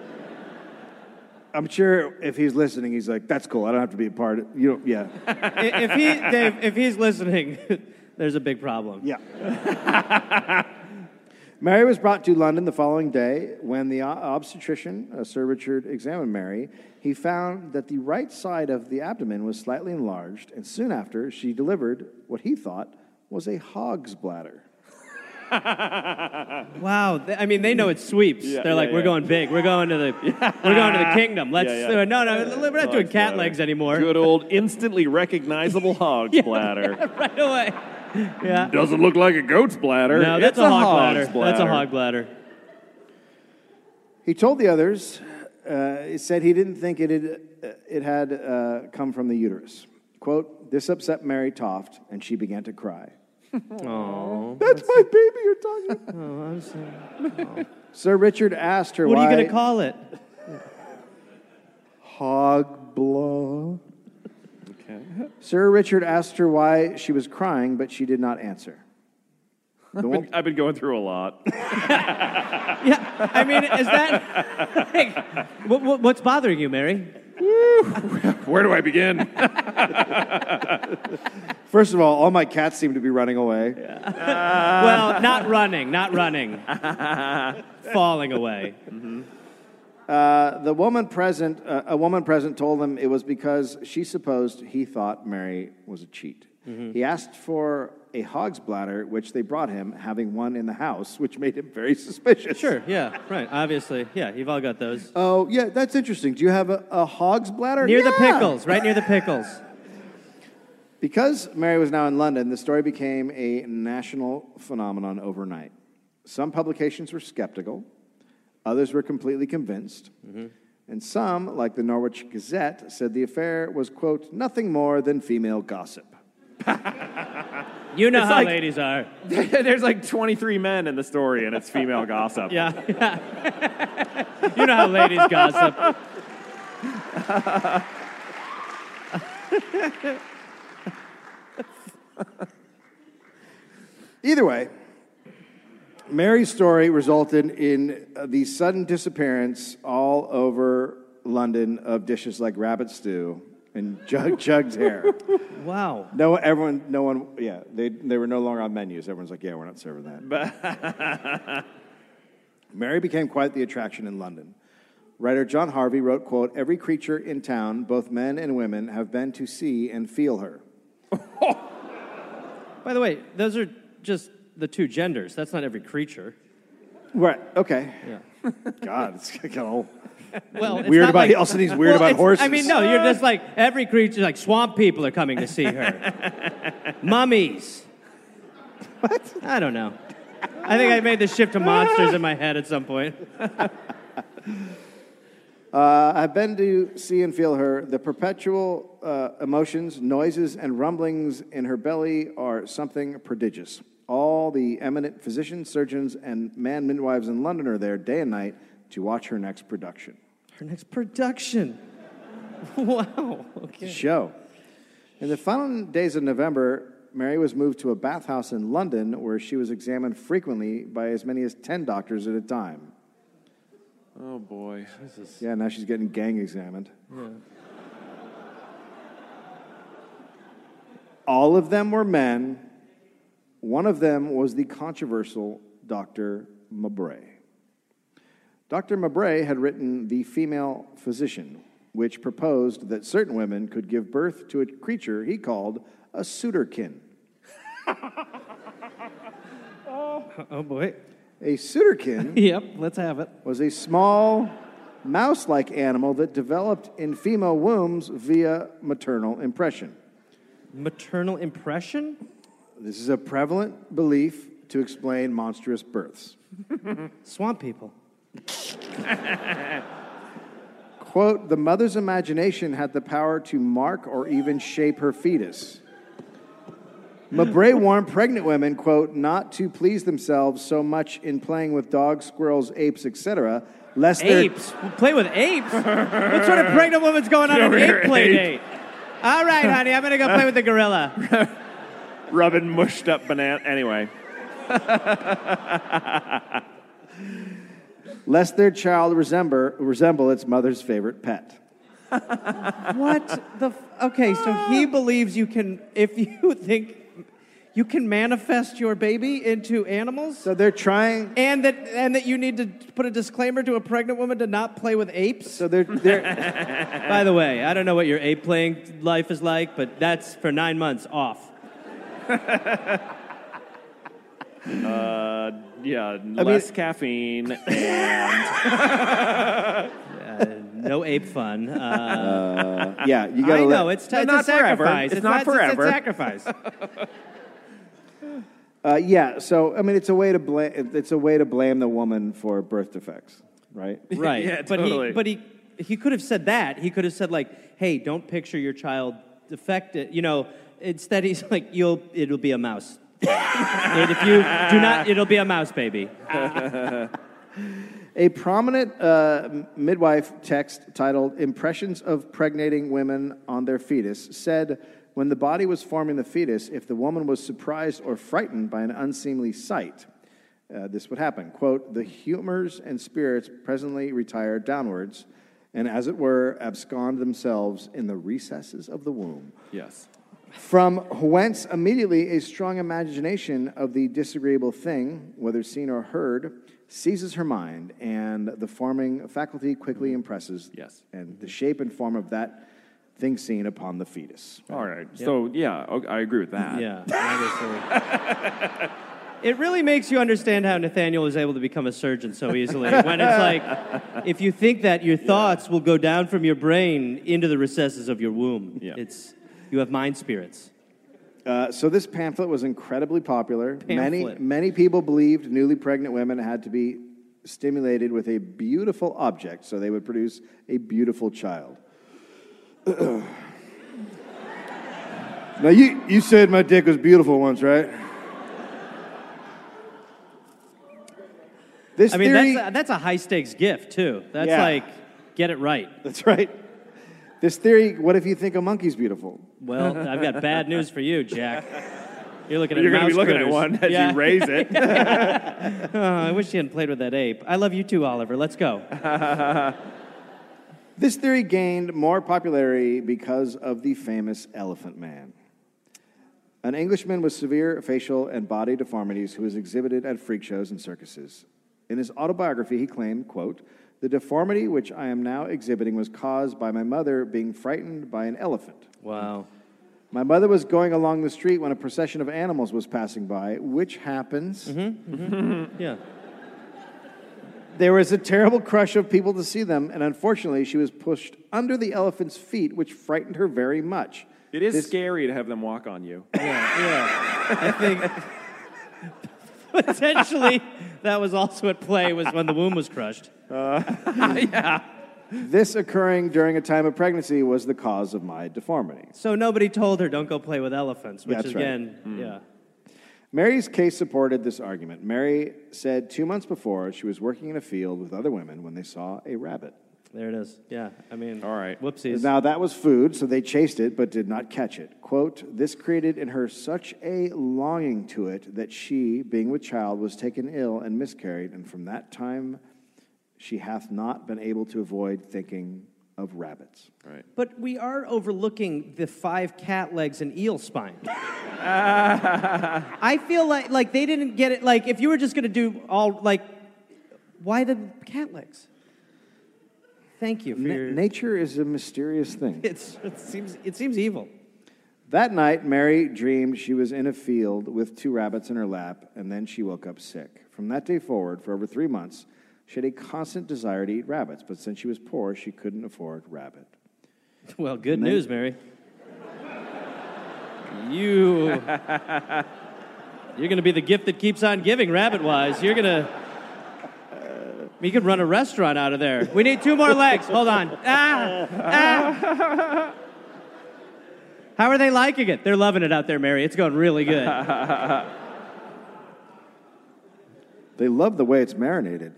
[SPEAKER 1] I'm sure if he's listening, he's like, "That's cool. I don't have to be a part of you." Don't, yeah,
[SPEAKER 2] I- if he Dave, if he's listening, there's a big problem.
[SPEAKER 1] yeah. Mary was brought to London the following day. When the o- obstetrician, uh, Sir Richard, examined Mary, he found that the right side of the abdomen was slightly enlarged, and soon after, she delivered what he thought was a hog's bladder.
[SPEAKER 2] Wow. th- I mean, they know it sweeps. They're
[SPEAKER 3] yeah,
[SPEAKER 2] like, we're
[SPEAKER 3] yeah.
[SPEAKER 2] going big. We're going to the we're going to the kingdom. Let's
[SPEAKER 3] Yeah, yeah.
[SPEAKER 2] do it. no no. We're not doing cat legs anymore.
[SPEAKER 3] Good old instantly recognizable hog's bladder.
[SPEAKER 2] Right away. Yeah.
[SPEAKER 3] Doesn't look like a goat's bladder.
[SPEAKER 2] No, that's
[SPEAKER 3] It's
[SPEAKER 2] a, hog
[SPEAKER 3] hog's
[SPEAKER 2] bladder. That's a hog bladder.
[SPEAKER 1] He told the others uh, said he didn't think it had, uh, it had uh, come from the uterus. Quote, this upset Mary Toft, and she began to cry. That's my baby you're talking about. Sir Richard asked her
[SPEAKER 2] Oh, What
[SPEAKER 1] why.
[SPEAKER 2] are you going to call it?
[SPEAKER 1] Hog blow. Sir Richard asked her why she was crying, but she did not answer. The wo-
[SPEAKER 3] I've been going through a lot.
[SPEAKER 2] Yeah, I mean, is that like, what, what, what's bothering you, Mary?
[SPEAKER 3] Where do I begin?
[SPEAKER 1] First of all, all my cats seem to be running away.
[SPEAKER 2] well, not running, not running, falling away.
[SPEAKER 1] Uh, the woman present, uh, a woman present, told them it was because she supposed he thought Mary was a cheat.
[SPEAKER 2] Mm-hmm.
[SPEAKER 1] He asked for a hog's bladder, which they brought him, having one in the house, which made him very suspicious.
[SPEAKER 2] Sure, yeah, right. Obviously, yeah, you've all got those
[SPEAKER 1] Oh, yeah, that's interesting. Do you have a, a hog's bladder?
[SPEAKER 2] near the
[SPEAKER 1] Yeah.
[SPEAKER 2] pickles, right near the pickles.
[SPEAKER 1] Because Mary was now in London, the story became a national phenomenon overnight. Some publications were skeptical, others were completely convinced, and some, like the Norwich Gazette, said the affair was, quote, nothing more than female gossip.
[SPEAKER 2] You know
[SPEAKER 3] It's
[SPEAKER 2] how
[SPEAKER 3] like-
[SPEAKER 2] ladies are.
[SPEAKER 3] There's like 23 men in the story, and it's female gossip.
[SPEAKER 2] Yeah, yeah. you know how ladies gossip.
[SPEAKER 1] Either way, Mary's story resulted in uh, the sudden disappearance all over London of dishes like rabbit stew and jug, Jug's hair.
[SPEAKER 2] Wow.
[SPEAKER 1] No, everyone, no one, yeah, they, they were no longer on menus. Everyone's like, yeah, we're not serving that. But Mary became quite the attraction in London. Writer John Harvey wrote, quote, every creature in town, both men and women, have been to see and feel her.
[SPEAKER 2] By the way, those are just the two genders. That's not every creature.
[SPEAKER 1] Right, okay.
[SPEAKER 2] Yeah.
[SPEAKER 1] God, it's got all
[SPEAKER 2] Well, it's
[SPEAKER 1] Weird
[SPEAKER 2] not
[SPEAKER 1] about-
[SPEAKER 2] like,
[SPEAKER 1] he also needs weird about
[SPEAKER 2] it's-
[SPEAKER 1] horses.
[SPEAKER 2] I mean, no, you're just like every creature. Like swamp people are coming to see her. Mummies. What? I don't know. I think I made the shift to monsters in my head at some point.
[SPEAKER 1] Uh, I've been to see and feel her. The perpetual uh, emotions, noises, and rumblings in her belly are something prodigious. All the eminent physicians, surgeons, and man midwives in London are there day and night to watch her next production.
[SPEAKER 2] Her next production. Wow. Okay.
[SPEAKER 1] Show. In the final days of November, Mary was moved to a bathhouse in London where she was examined frequently by as many as 10 doctors at a time.
[SPEAKER 3] Oh boy.
[SPEAKER 1] Yeah, now she's getting gang examined. All of them were men. One of them was the controversial Dr. Mabray. Dr. Mabray had written The Female Physician, which proposed that certain women could give birth to a creature he called a suitorkin.
[SPEAKER 2] Oh boy.
[SPEAKER 1] A suitorkin
[SPEAKER 2] Yep. Let's have it.
[SPEAKER 1] was a small mouse like animal that developed in female wombs via maternal impression.
[SPEAKER 2] Maternal impression.
[SPEAKER 1] This is a prevalent belief to explain monstrous births.
[SPEAKER 2] Swamp people.
[SPEAKER 1] Quote, the mother's imagination had the power to mark or even shape her fetus. Mabray warned pregnant women, quote, not to please themselves so much in playing with dogs, squirrels, apes, etc., lest their
[SPEAKER 2] Apes. We play with apes. what sort of pregnant woman's going on an ape play date? All right, honey. I'm gonna go play with the gorilla.
[SPEAKER 3] Rubbing mushed up banana. Anyway.
[SPEAKER 1] lest their child resemble resemble its mother's favorite pet.
[SPEAKER 2] What the? F- okay, so he believes you can, if you think you can manifest your baby into animals,
[SPEAKER 1] So they're trying
[SPEAKER 2] and that and that you need to put a disclaimer to a pregnant woman to not play with apes.
[SPEAKER 1] So they're, they're
[SPEAKER 2] By the way, I don't know what your ape playing life is like, but that's for nine months off.
[SPEAKER 3] Uh, yeah. Less caffeine. And
[SPEAKER 2] Uh, No ape fun. Uh,
[SPEAKER 1] yeah, you
[SPEAKER 2] I
[SPEAKER 1] gotta let-
[SPEAKER 2] know it's, t-
[SPEAKER 3] No,
[SPEAKER 2] it's a
[SPEAKER 3] not forever.
[SPEAKER 2] sacrifice.
[SPEAKER 3] It's not
[SPEAKER 2] It's a
[SPEAKER 3] forever.
[SPEAKER 2] sacrifice.
[SPEAKER 1] uh, yeah. So I mean, it's a way to blame. It's a way to blame the woman for birth defects, right?
[SPEAKER 2] right
[SPEAKER 3] Yeah,
[SPEAKER 2] but
[SPEAKER 3] totally.
[SPEAKER 2] he but he he could have said that. He could have said like, "Hey, don't picture your child defected." You know, instead he's like, "You'll it'll be a mouse." and if you do not, it'll be a mouse baby.
[SPEAKER 1] A prominent uh, midwife text titled Impressions of Pregnating Women on Their Fetus said when the body was forming the fetus, if the woman was surprised or frightened by an unseemly sight, uh, this would happen. Quote, the humors and spirits presently retire downwards and, as it were, abscond themselves in the recesses of the womb
[SPEAKER 3] Yes.
[SPEAKER 1] from whence immediately a strong imagination of the disagreeable thing, whether seen or heard, seizes her mind, and the forming faculty quickly impresses
[SPEAKER 3] Yes.
[SPEAKER 1] and the shape and form of that thing seen upon the fetus.
[SPEAKER 3] All right. So yeah, o- I agree with that.
[SPEAKER 2] Yeah, obviously. it really makes you understand how Nathaniel was able to become a surgeon so easily. when it's like, if you think that, your thoughts will go down from your brain into the recesses of your womb.
[SPEAKER 3] Yeah.
[SPEAKER 2] It's you have mind spirits.
[SPEAKER 1] Uh, so this pamphlet was incredibly popular. Many
[SPEAKER 2] Pamphlet.
[SPEAKER 1] many people believed newly pregnant women had to be stimulated with a beautiful object so they would produce a beautiful child. now you you said my dick was beautiful once, right? This
[SPEAKER 2] I mean,
[SPEAKER 1] theory,
[SPEAKER 2] that's a, that's a high stakes gift too. That's
[SPEAKER 1] Yeah.
[SPEAKER 2] like get it right.
[SPEAKER 1] that's right. This theory, what if you think a monkey's beautiful?
[SPEAKER 2] Well, I've got bad news for you, Jack. You're looking at
[SPEAKER 3] You're going to be
[SPEAKER 2] mouse
[SPEAKER 3] looking at
[SPEAKER 2] critters.
[SPEAKER 3] one as
[SPEAKER 2] Yeah.
[SPEAKER 3] you raise it.
[SPEAKER 2] Oh, I wish you hadn't played with that ape. I love you too, Oliver. Let's go.
[SPEAKER 1] This theory gained more popularity because of the famous Elephant Man. An Englishman with severe facial and body deformities who was exhibited at freak shows and circuses. In his autobiography, he claimed, quote, the deformity which I am now exhibiting was caused by my mother being frightened by an elephant.
[SPEAKER 2] Wow.
[SPEAKER 1] My mother was going along the street when a procession of animals was passing by, which happens.
[SPEAKER 2] Yeah.
[SPEAKER 1] There was a terrible crush of people to see them, and unfortunately, she was pushed under the elephant's feet, which frightened her very much.
[SPEAKER 3] It is
[SPEAKER 1] This-
[SPEAKER 3] scary to have them walk on you.
[SPEAKER 2] Yeah, yeah. I think potentially that was also at play was when the womb was crushed.
[SPEAKER 1] This occurring during a time of pregnancy was the cause of my deformity.
[SPEAKER 2] So nobody told her don't go play with elephants, which
[SPEAKER 1] That's right.
[SPEAKER 2] again, yeah.
[SPEAKER 1] Mary's case supported this argument. Mary said two months before she was working in a field with other women when they saw a rabbit.
[SPEAKER 2] There it is. Yeah. I mean,
[SPEAKER 3] All right.
[SPEAKER 2] Whoopsies.
[SPEAKER 1] Now, that was food, so they chased it but did not catch it. Quote, This created in her such a longing to it that she, being with child, was taken ill and miscarried, and from that time she hath not been able to avoid thinking of rabbits.
[SPEAKER 3] Right.
[SPEAKER 2] but we are overlooking the five cat legs and eel spine. I feel like like they didn't get it. Like if you were just gonna do all like, why the cat legs? Thank you for
[SPEAKER 1] Na-
[SPEAKER 2] your.
[SPEAKER 1] nature is a mysterious thing.
[SPEAKER 2] it's, it seems it seems evil.
[SPEAKER 1] That night, Mary dreamed she was in a field with two rabbits in her lap, and then she woke up sick. From that day forward, for over three months, she had a constant desire to eat rabbits, but since she was poor, she couldn't afford rabbit.
[SPEAKER 2] Well, good news, Mary. You You're going to be the gift that keeps on giving rabbit wise. You're going to we could run a restaurant out of there. We need two more legs. Hold on. Ah, ah. How are they liking it? They're loving it out there, Mary. It's going really good.
[SPEAKER 1] They love the way it's marinated.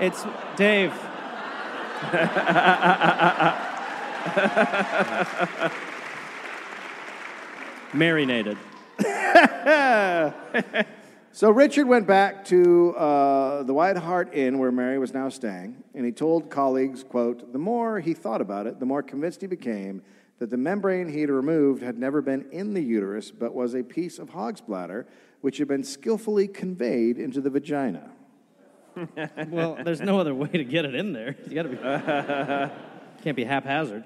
[SPEAKER 2] It's Dave. Marinated.
[SPEAKER 1] So Richard went back to uh, the White Hart Inn where Mary was now staying, and he told colleagues, quote, the more he thought about it, the more convinced he became that the membrane he had removed had never been in the uterus, but was a piece of hog's bladder which had been skillfully conveyed into the vagina.
[SPEAKER 2] Well, there's no other way to get it in there. You gotta be. Can't be haphazard.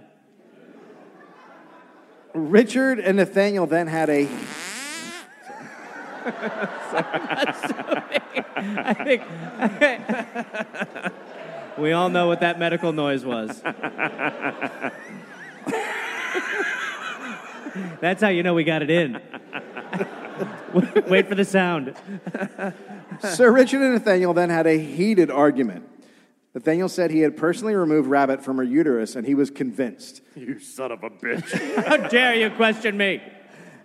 [SPEAKER 1] Richard and Nathaniel then had a
[SPEAKER 2] I think. we all know what that medical noise was. That's how you know we got it in. Wait for the sound.
[SPEAKER 1] Sir Richard and Nathaniel then had a heated argument. Nathaniel said he had personally removed Rabbit from her uterus and he was convinced.
[SPEAKER 6] You son of a bitch.
[SPEAKER 2] How dare you question me?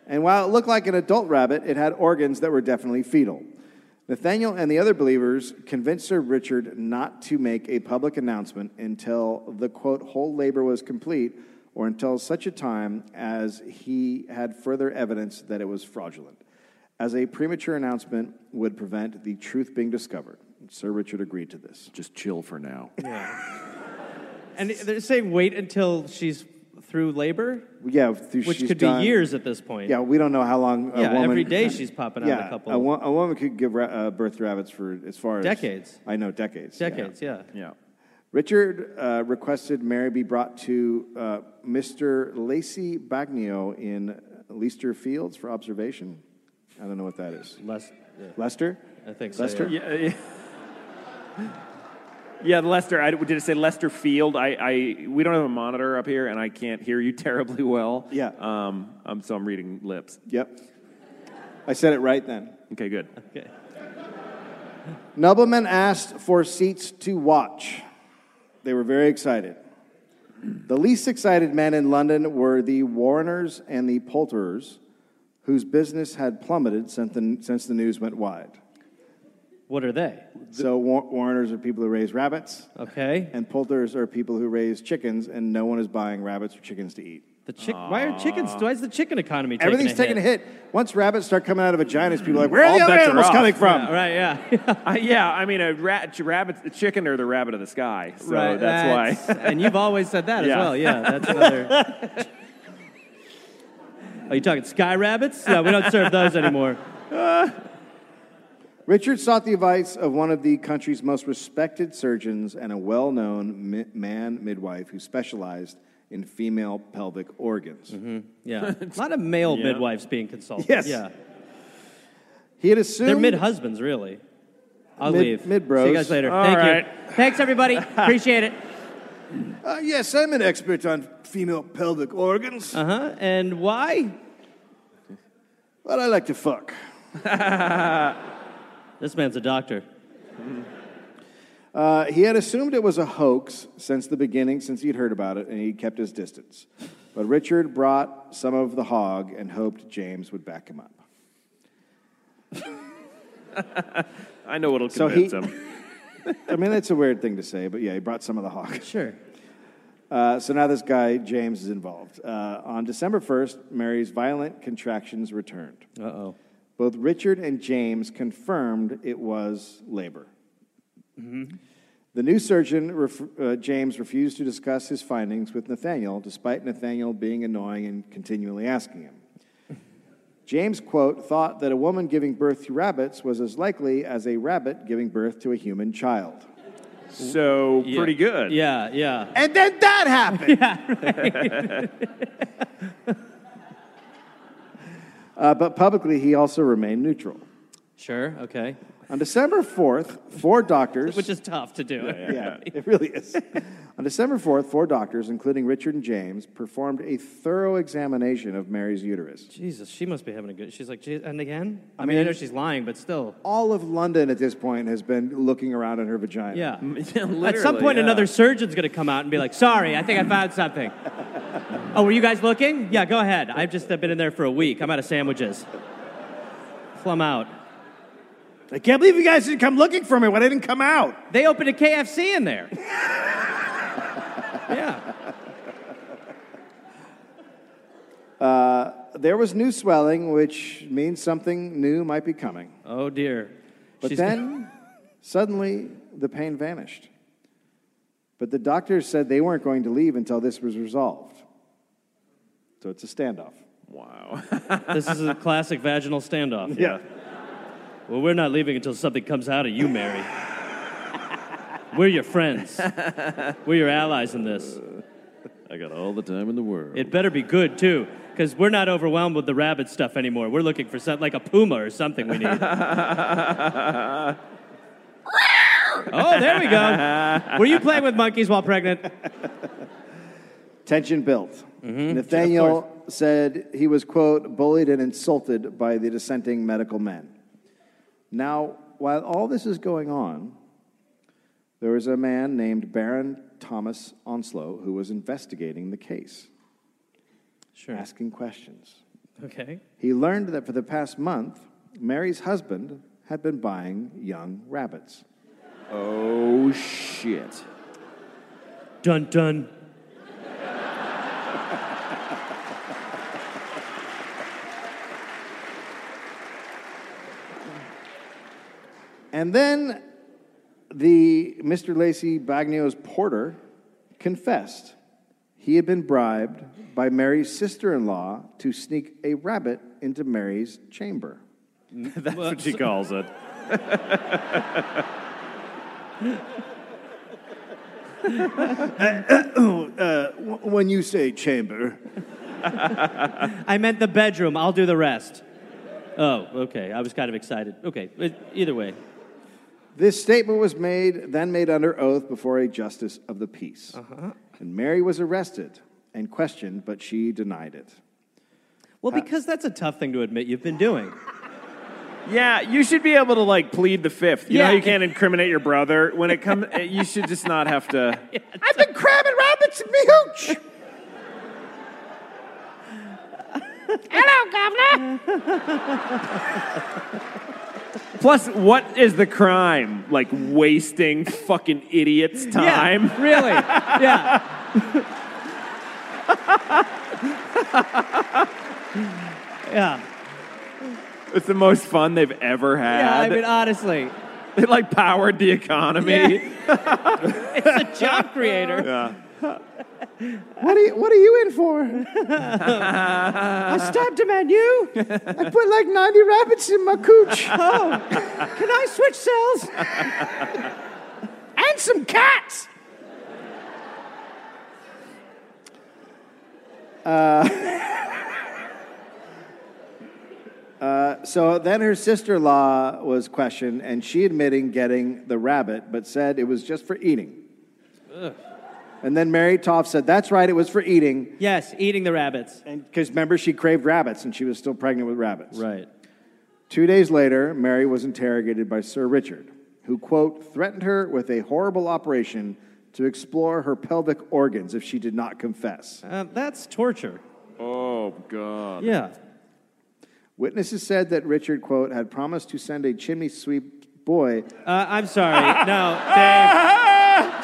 [SPEAKER 1] And while it looked like an adult rabbit, it had organs that were definitely fetal. Nathaniel and the other believers convinced Sir Richard not to make a public announcement until the quote whole labor was complete or until such a time as he had further evidence that it was fraudulent, as a premature announcement would prevent the truth being discovered. Sir Richard agreed to this.
[SPEAKER 3] Just chill for now.
[SPEAKER 2] And they're saying wait until she's through labor,
[SPEAKER 1] Yeah, through
[SPEAKER 2] which
[SPEAKER 1] she's
[SPEAKER 2] could
[SPEAKER 1] done-
[SPEAKER 2] be years at this point.
[SPEAKER 1] Yeah, we don't know how long. A
[SPEAKER 2] Yeah,
[SPEAKER 1] woman,
[SPEAKER 2] every day she's popping out a couple.
[SPEAKER 1] wo- a woman could give ra- uh, birth to rabbits for as far as
[SPEAKER 2] Decades.
[SPEAKER 1] I know, decades. yeah.
[SPEAKER 2] decades. Yeah.
[SPEAKER 3] Yeah.
[SPEAKER 1] Richard uh, requested Mary be brought to uh, Mr. Lacey Bagnio in Leicester Fields for observation. I don't know what that is.
[SPEAKER 2] Less. yeah.
[SPEAKER 1] Leicester?
[SPEAKER 2] I think so.
[SPEAKER 1] Lester?
[SPEAKER 2] yeah.
[SPEAKER 3] Yeah. yeah. Yeah, Lester. I, did it say Lester Field? I, I we don't have a monitor up here, and I can't hear you terribly well.
[SPEAKER 1] Yeah.
[SPEAKER 3] Um. I'm, so I'm reading lips.
[SPEAKER 1] Yep. I said it right then.
[SPEAKER 3] Okay. Good.
[SPEAKER 2] Okay.
[SPEAKER 1] Nobleman asked for seats to watch. They were very excited. The least excited men in London were the Warreners and the Poulterers, whose business had plummeted since the, since the news went wide.
[SPEAKER 2] What are they?
[SPEAKER 1] So, war- Warreners are people who raise rabbits,
[SPEAKER 2] Okay.
[SPEAKER 1] and Poulterers are people who raise chickens, and no one is buying rabbits or chickens to eat.
[SPEAKER 2] The chick. Why are chickens? Why is the chicken economy taking
[SPEAKER 1] Everything's
[SPEAKER 2] a
[SPEAKER 1] taking
[SPEAKER 2] hit?
[SPEAKER 1] a hit. Once rabbits start coming out of vaginas, people are like, where are
[SPEAKER 3] All
[SPEAKER 1] the other
[SPEAKER 3] bets are
[SPEAKER 1] animals
[SPEAKER 3] off."
[SPEAKER 1] coming from?
[SPEAKER 2] Yeah, right. Yeah.
[SPEAKER 3] I, Uh, yeah. I mean, a rat, rabbit, the chicken, or the rabbit of the sky. So
[SPEAKER 2] right.
[SPEAKER 3] that's, why.
[SPEAKER 2] and you've always said that
[SPEAKER 3] Yeah.
[SPEAKER 2] as well. Yeah. That's another. Are you talking sky rabbits? No, we don't serve those anymore.
[SPEAKER 1] Richard sought the advice of one of the country's most respected surgeons and a well known mi- man midwife who specialized in female pelvic organs.
[SPEAKER 2] Mm-hmm. Yeah. A lot of male
[SPEAKER 3] Yeah.
[SPEAKER 2] midwives being consulted.
[SPEAKER 1] Yes.
[SPEAKER 2] Yeah.
[SPEAKER 1] He had assumed.
[SPEAKER 2] They're mid husbands, really. I'll
[SPEAKER 1] Mid-
[SPEAKER 2] leave.
[SPEAKER 1] mid-bros.
[SPEAKER 2] See you guys later.
[SPEAKER 3] All
[SPEAKER 2] Thank
[SPEAKER 3] right.
[SPEAKER 2] you. Thanks, everybody. Appreciate it.
[SPEAKER 1] Uh, yes, I'm an expert on female pelvic organs,
[SPEAKER 2] Uh huh. And why?
[SPEAKER 1] but I like to fuck.
[SPEAKER 2] This man's a doctor.
[SPEAKER 1] Uh, he had assumed it was a hoax since the beginning, since he'd heard about it, and he kept his distance. But Richard brought some of the hog and hoped James would back him up.
[SPEAKER 3] I know what'll
[SPEAKER 1] So
[SPEAKER 3] convince
[SPEAKER 1] he-
[SPEAKER 3] him.
[SPEAKER 1] I mean, that's a weird thing to say, but yeah, he brought some of the hog.
[SPEAKER 2] Sure.
[SPEAKER 1] Uh, so now this guy, James, is involved. Uh, on December 1st, Mary's violent contractions returned.
[SPEAKER 2] Uh oh.
[SPEAKER 1] Both Richard and James confirmed it was labor. The new surgeon, ref- uh, James, refused to discuss his findings with Nathaniel, despite Nathaniel being annoying and continually asking him. James, quote, thought that a woman giving birth to rabbits was as likely as a rabbit giving birth to a human child.
[SPEAKER 3] So pretty good.
[SPEAKER 2] Yeah, yeah.
[SPEAKER 1] And then that happened. uh, but publicly, he also remained neutral.
[SPEAKER 2] Sure, okay.
[SPEAKER 1] On December 4th, four doctors.
[SPEAKER 2] Which is tough to do.
[SPEAKER 1] yeah, it really is. On December 4th, four doctors, including Richard and James, performed a thorough examination of Mary's uterus.
[SPEAKER 2] Jesus, she must be having a good. She's like, "Geez, and again? I mean, I know she's lying, but still.
[SPEAKER 1] All of London at this point has been looking around at her vagina.
[SPEAKER 2] Yeah. At some
[SPEAKER 3] Literally,
[SPEAKER 2] point,
[SPEAKER 3] yeah.
[SPEAKER 2] another surgeon's going to come out and be like, sorry, I think I found something. oh, were you guys looking? Yeah, go ahead. I've just been in there for a week. I'm out of sandwiches. Plum out.
[SPEAKER 5] I can't believe you guys didn't come looking for me when I didn't come out.
[SPEAKER 2] They opened a KFC in there. yeah.
[SPEAKER 1] There was new swelling, which means something new might be coming.
[SPEAKER 2] Oh, dear.
[SPEAKER 1] But
[SPEAKER 2] She's-
[SPEAKER 1] then suddenly the pain vanished. But the doctors said they weren't going to leave until this was resolved. So it's a standoff.
[SPEAKER 3] Wow.
[SPEAKER 2] this is a classic vaginal standoff.
[SPEAKER 1] Yeah.
[SPEAKER 2] Well, we're not leaving until something comes out of you, Mary. we're your friends. We're your allies in this.
[SPEAKER 3] I got all the time in the world.
[SPEAKER 2] It better be good too, because we're not overwhelmed with the rabbit stuff anymore. We're looking for something like a puma or something we need. oh, there we go. Were you playing with monkeys while pregnant?
[SPEAKER 1] Tension built. Nathaniel said he was, quote, bullied and insulted by the dissenting medical men. Now, while all this is going on, There was a man named Baron Thomas Onslow who was investigating the case,
[SPEAKER 2] Sure.
[SPEAKER 1] asking questions.
[SPEAKER 2] Okay.
[SPEAKER 1] He learned that for the past month, Mary's husband had been buying young rabbits.
[SPEAKER 3] Oh, shit.
[SPEAKER 2] Dun dun.
[SPEAKER 1] And then the Mr. Lacey Bagnio's porter confessed he had been bribed by Mary's sister-in-law to sneak a rabbit into Mary's chamber.
[SPEAKER 3] That's what she calls it.
[SPEAKER 1] Uh, When you say chamber,
[SPEAKER 2] I meant the bedroom. I'll do the rest. Oh, okay. I was kind of excited. Okay. But either way.
[SPEAKER 1] This statement was made, then made under oath before a justice of the peace. And Mary was arrested and questioned, but she denied it.
[SPEAKER 2] Well, because that's a tough thing to admit you've been doing.
[SPEAKER 3] Yeah, you should be able to like plead the fifth. You know
[SPEAKER 2] Yeah.
[SPEAKER 3] how you can't incriminate your brother when it comes. you should just not have to.
[SPEAKER 1] I've been crabbing rabbits in me hooch.
[SPEAKER 3] Plus, what is the crime? Like wasting fucking idiots' time.
[SPEAKER 2] Yeah, really. Yeah. yeah.
[SPEAKER 3] It's the most fun they've ever had.
[SPEAKER 2] Yeah, I mean, honestly,
[SPEAKER 3] it like powered the economy.
[SPEAKER 2] it's a job creator.
[SPEAKER 1] What are you, what are you in for? I stabbed a man, you. I put like 90 rabbits in my cooch. Oh, can I switch cells? and some cats. Uh, uh, so then her sister in law was questioned, and she admitting getting the rabbit, but said it was just for eating. And then Mary Toff said, That's right, it was for eating.
[SPEAKER 2] Yes, eating the rabbits.
[SPEAKER 1] And because remember, she craved rabbits and she was still pregnant with rabbits.
[SPEAKER 2] Right.
[SPEAKER 1] Two days later, Mary was interrogated by Sir Richard, who, quote, threatened her with a horrible operation to explore her pelvic organs if she did not confess.
[SPEAKER 2] Uh, that's torture.
[SPEAKER 3] oh god.
[SPEAKER 2] Yeah.
[SPEAKER 1] Witnesses said that Richard, quote, had promised to send a chimney sweep boy.
[SPEAKER 2] Uh, I'm sorry. No,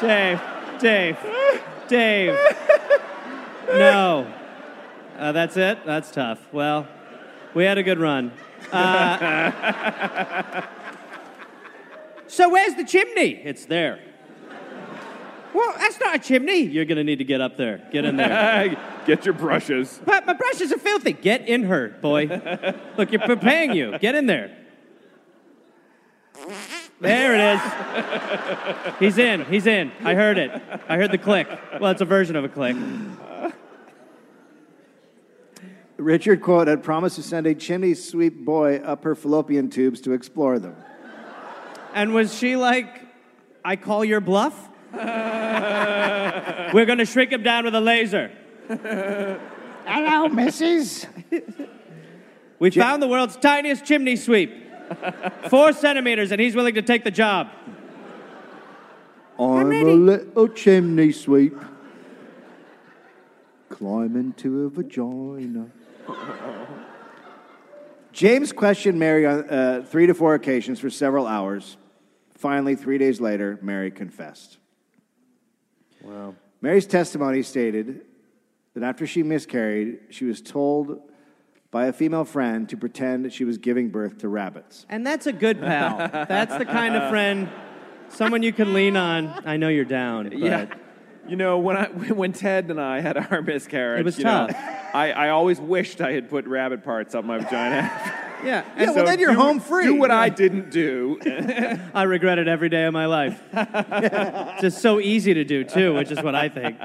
[SPEAKER 2] Dave. Dave. Dave. Dave. No. Uh, that's it? That's tough. Well, we had a good run. Uh, so, where's the chimney? It's there. Well, that's not a chimney. You're going to need to get up there. Get in there.
[SPEAKER 3] Get your brushes.
[SPEAKER 2] But my brushes are filthy. Get in her, boy. Look, you're paying you. Get in there. There it is. He's in. He's in. I heard it. I heard the click. Well, it's a version of a click.
[SPEAKER 1] Richard, quote, had promised to send a chimney sweep boy up her fallopian tubes to explore them.
[SPEAKER 2] And was she like, I call your bluff? We're going to shrink him down with a laser.
[SPEAKER 1] Hello, missus.
[SPEAKER 2] We found the world's tiniest chimney sweep. Four centimeters, and he's willing to take the job.
[SPEAKER 1] I'm a little chimney sweep. Climb into a vagina. James questioned Mary on uh, three to four occasions for several hours. Finally, three days later, Mary confessed. Wow. Mary's testimony stated that after she miscarried, she was told by a female friend to pretend she was giving birth to rabbits.
[SPEAKER 2] And that's a good pal. That's the kind of friend, someone you can lean on. I know you're down, but
[SPEAKER 3] Yeah. You know when I when Ted and I had our miscarriage,
[SPEAKER 2] It was
[SPEAKER 3] you know,
[SPEAKER 2] tough.
[SPEAKER 3] I, I always wished I had put rabbit parts up my vagina.
[SPEAKER 2] yeah.
[SPEAKER 1] Yeah, well, then you're
[SPEAKER 3] do-
[SPEAKER 1] home free.
[SPEAKER 3] Do what I didn't do.
[SPEAKER 2] I regret it every day of my life. Just so easy to do too, which is what I think.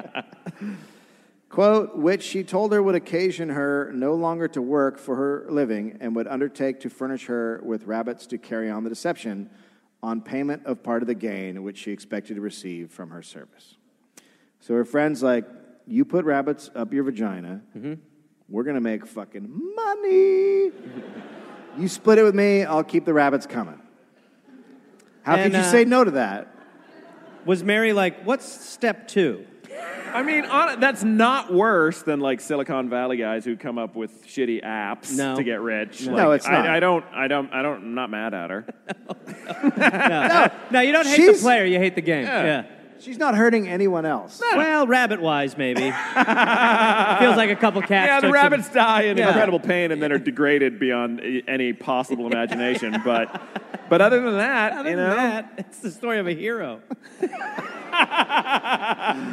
[SPEAKER 1] quote, which she told her would occasion her no longer to work for her living and would undertake to furnish her with rabbits to carry on the deception on payment of part of the gain which she expected to receive from her service. So her friend's like, You put rabbits up your vagina,
[SPEAKER 2] Mm-hmm.
[SPEAKER 1] we're gonna make fucking money. you split it with me, I'll keep the rabbits coming. How
[SPEAKER 2] And,
[SPEAKER 1] could you
[SPEAKER 2] uh,
[SPEAKER 1] say no to that?
[SPEAKER 2] was Mary like, what's step two?
[SPEAKER 3] I mean, on, that's not worse than like Silicon Valley guys who come up with shitty apps
[SPEAKER 2] No.
[SPEAKER 3] to get rich. No,
[SPEAKER 1] it's not.
[SPEAKER 3] I, I don't. I don't. I don't. I'm not mad at her.
[SPEAKER 2] No, you don't hate
[SPEAKER 1] She's-
[SPEAKER 2] the player, you hate the game.
[SPEAKER 3] Yeah.
[SPEAKER 2] yeah.
[SPEAKER 1] She's not hurting anyone else.
[SPEAKER 2] Well, rabbit wise, maybe. Feels like a couple cats.
[SPEAKER 3] yeah, the
[SPEAKER 2] took
[SPEAKER 3] rabbits die in
[SPEAKER 2] Yeah.
[SPEAKER 3] incredible pain and then are degraded beyond i- any possible imagination. But, but other than that,
[SPEAKER 2] Some, other
[SPEAKER 3] you
[SPEAKER 2] than
[SPEAKER 3] know,
[SPEAKER 2] that, it's the story of a hero, a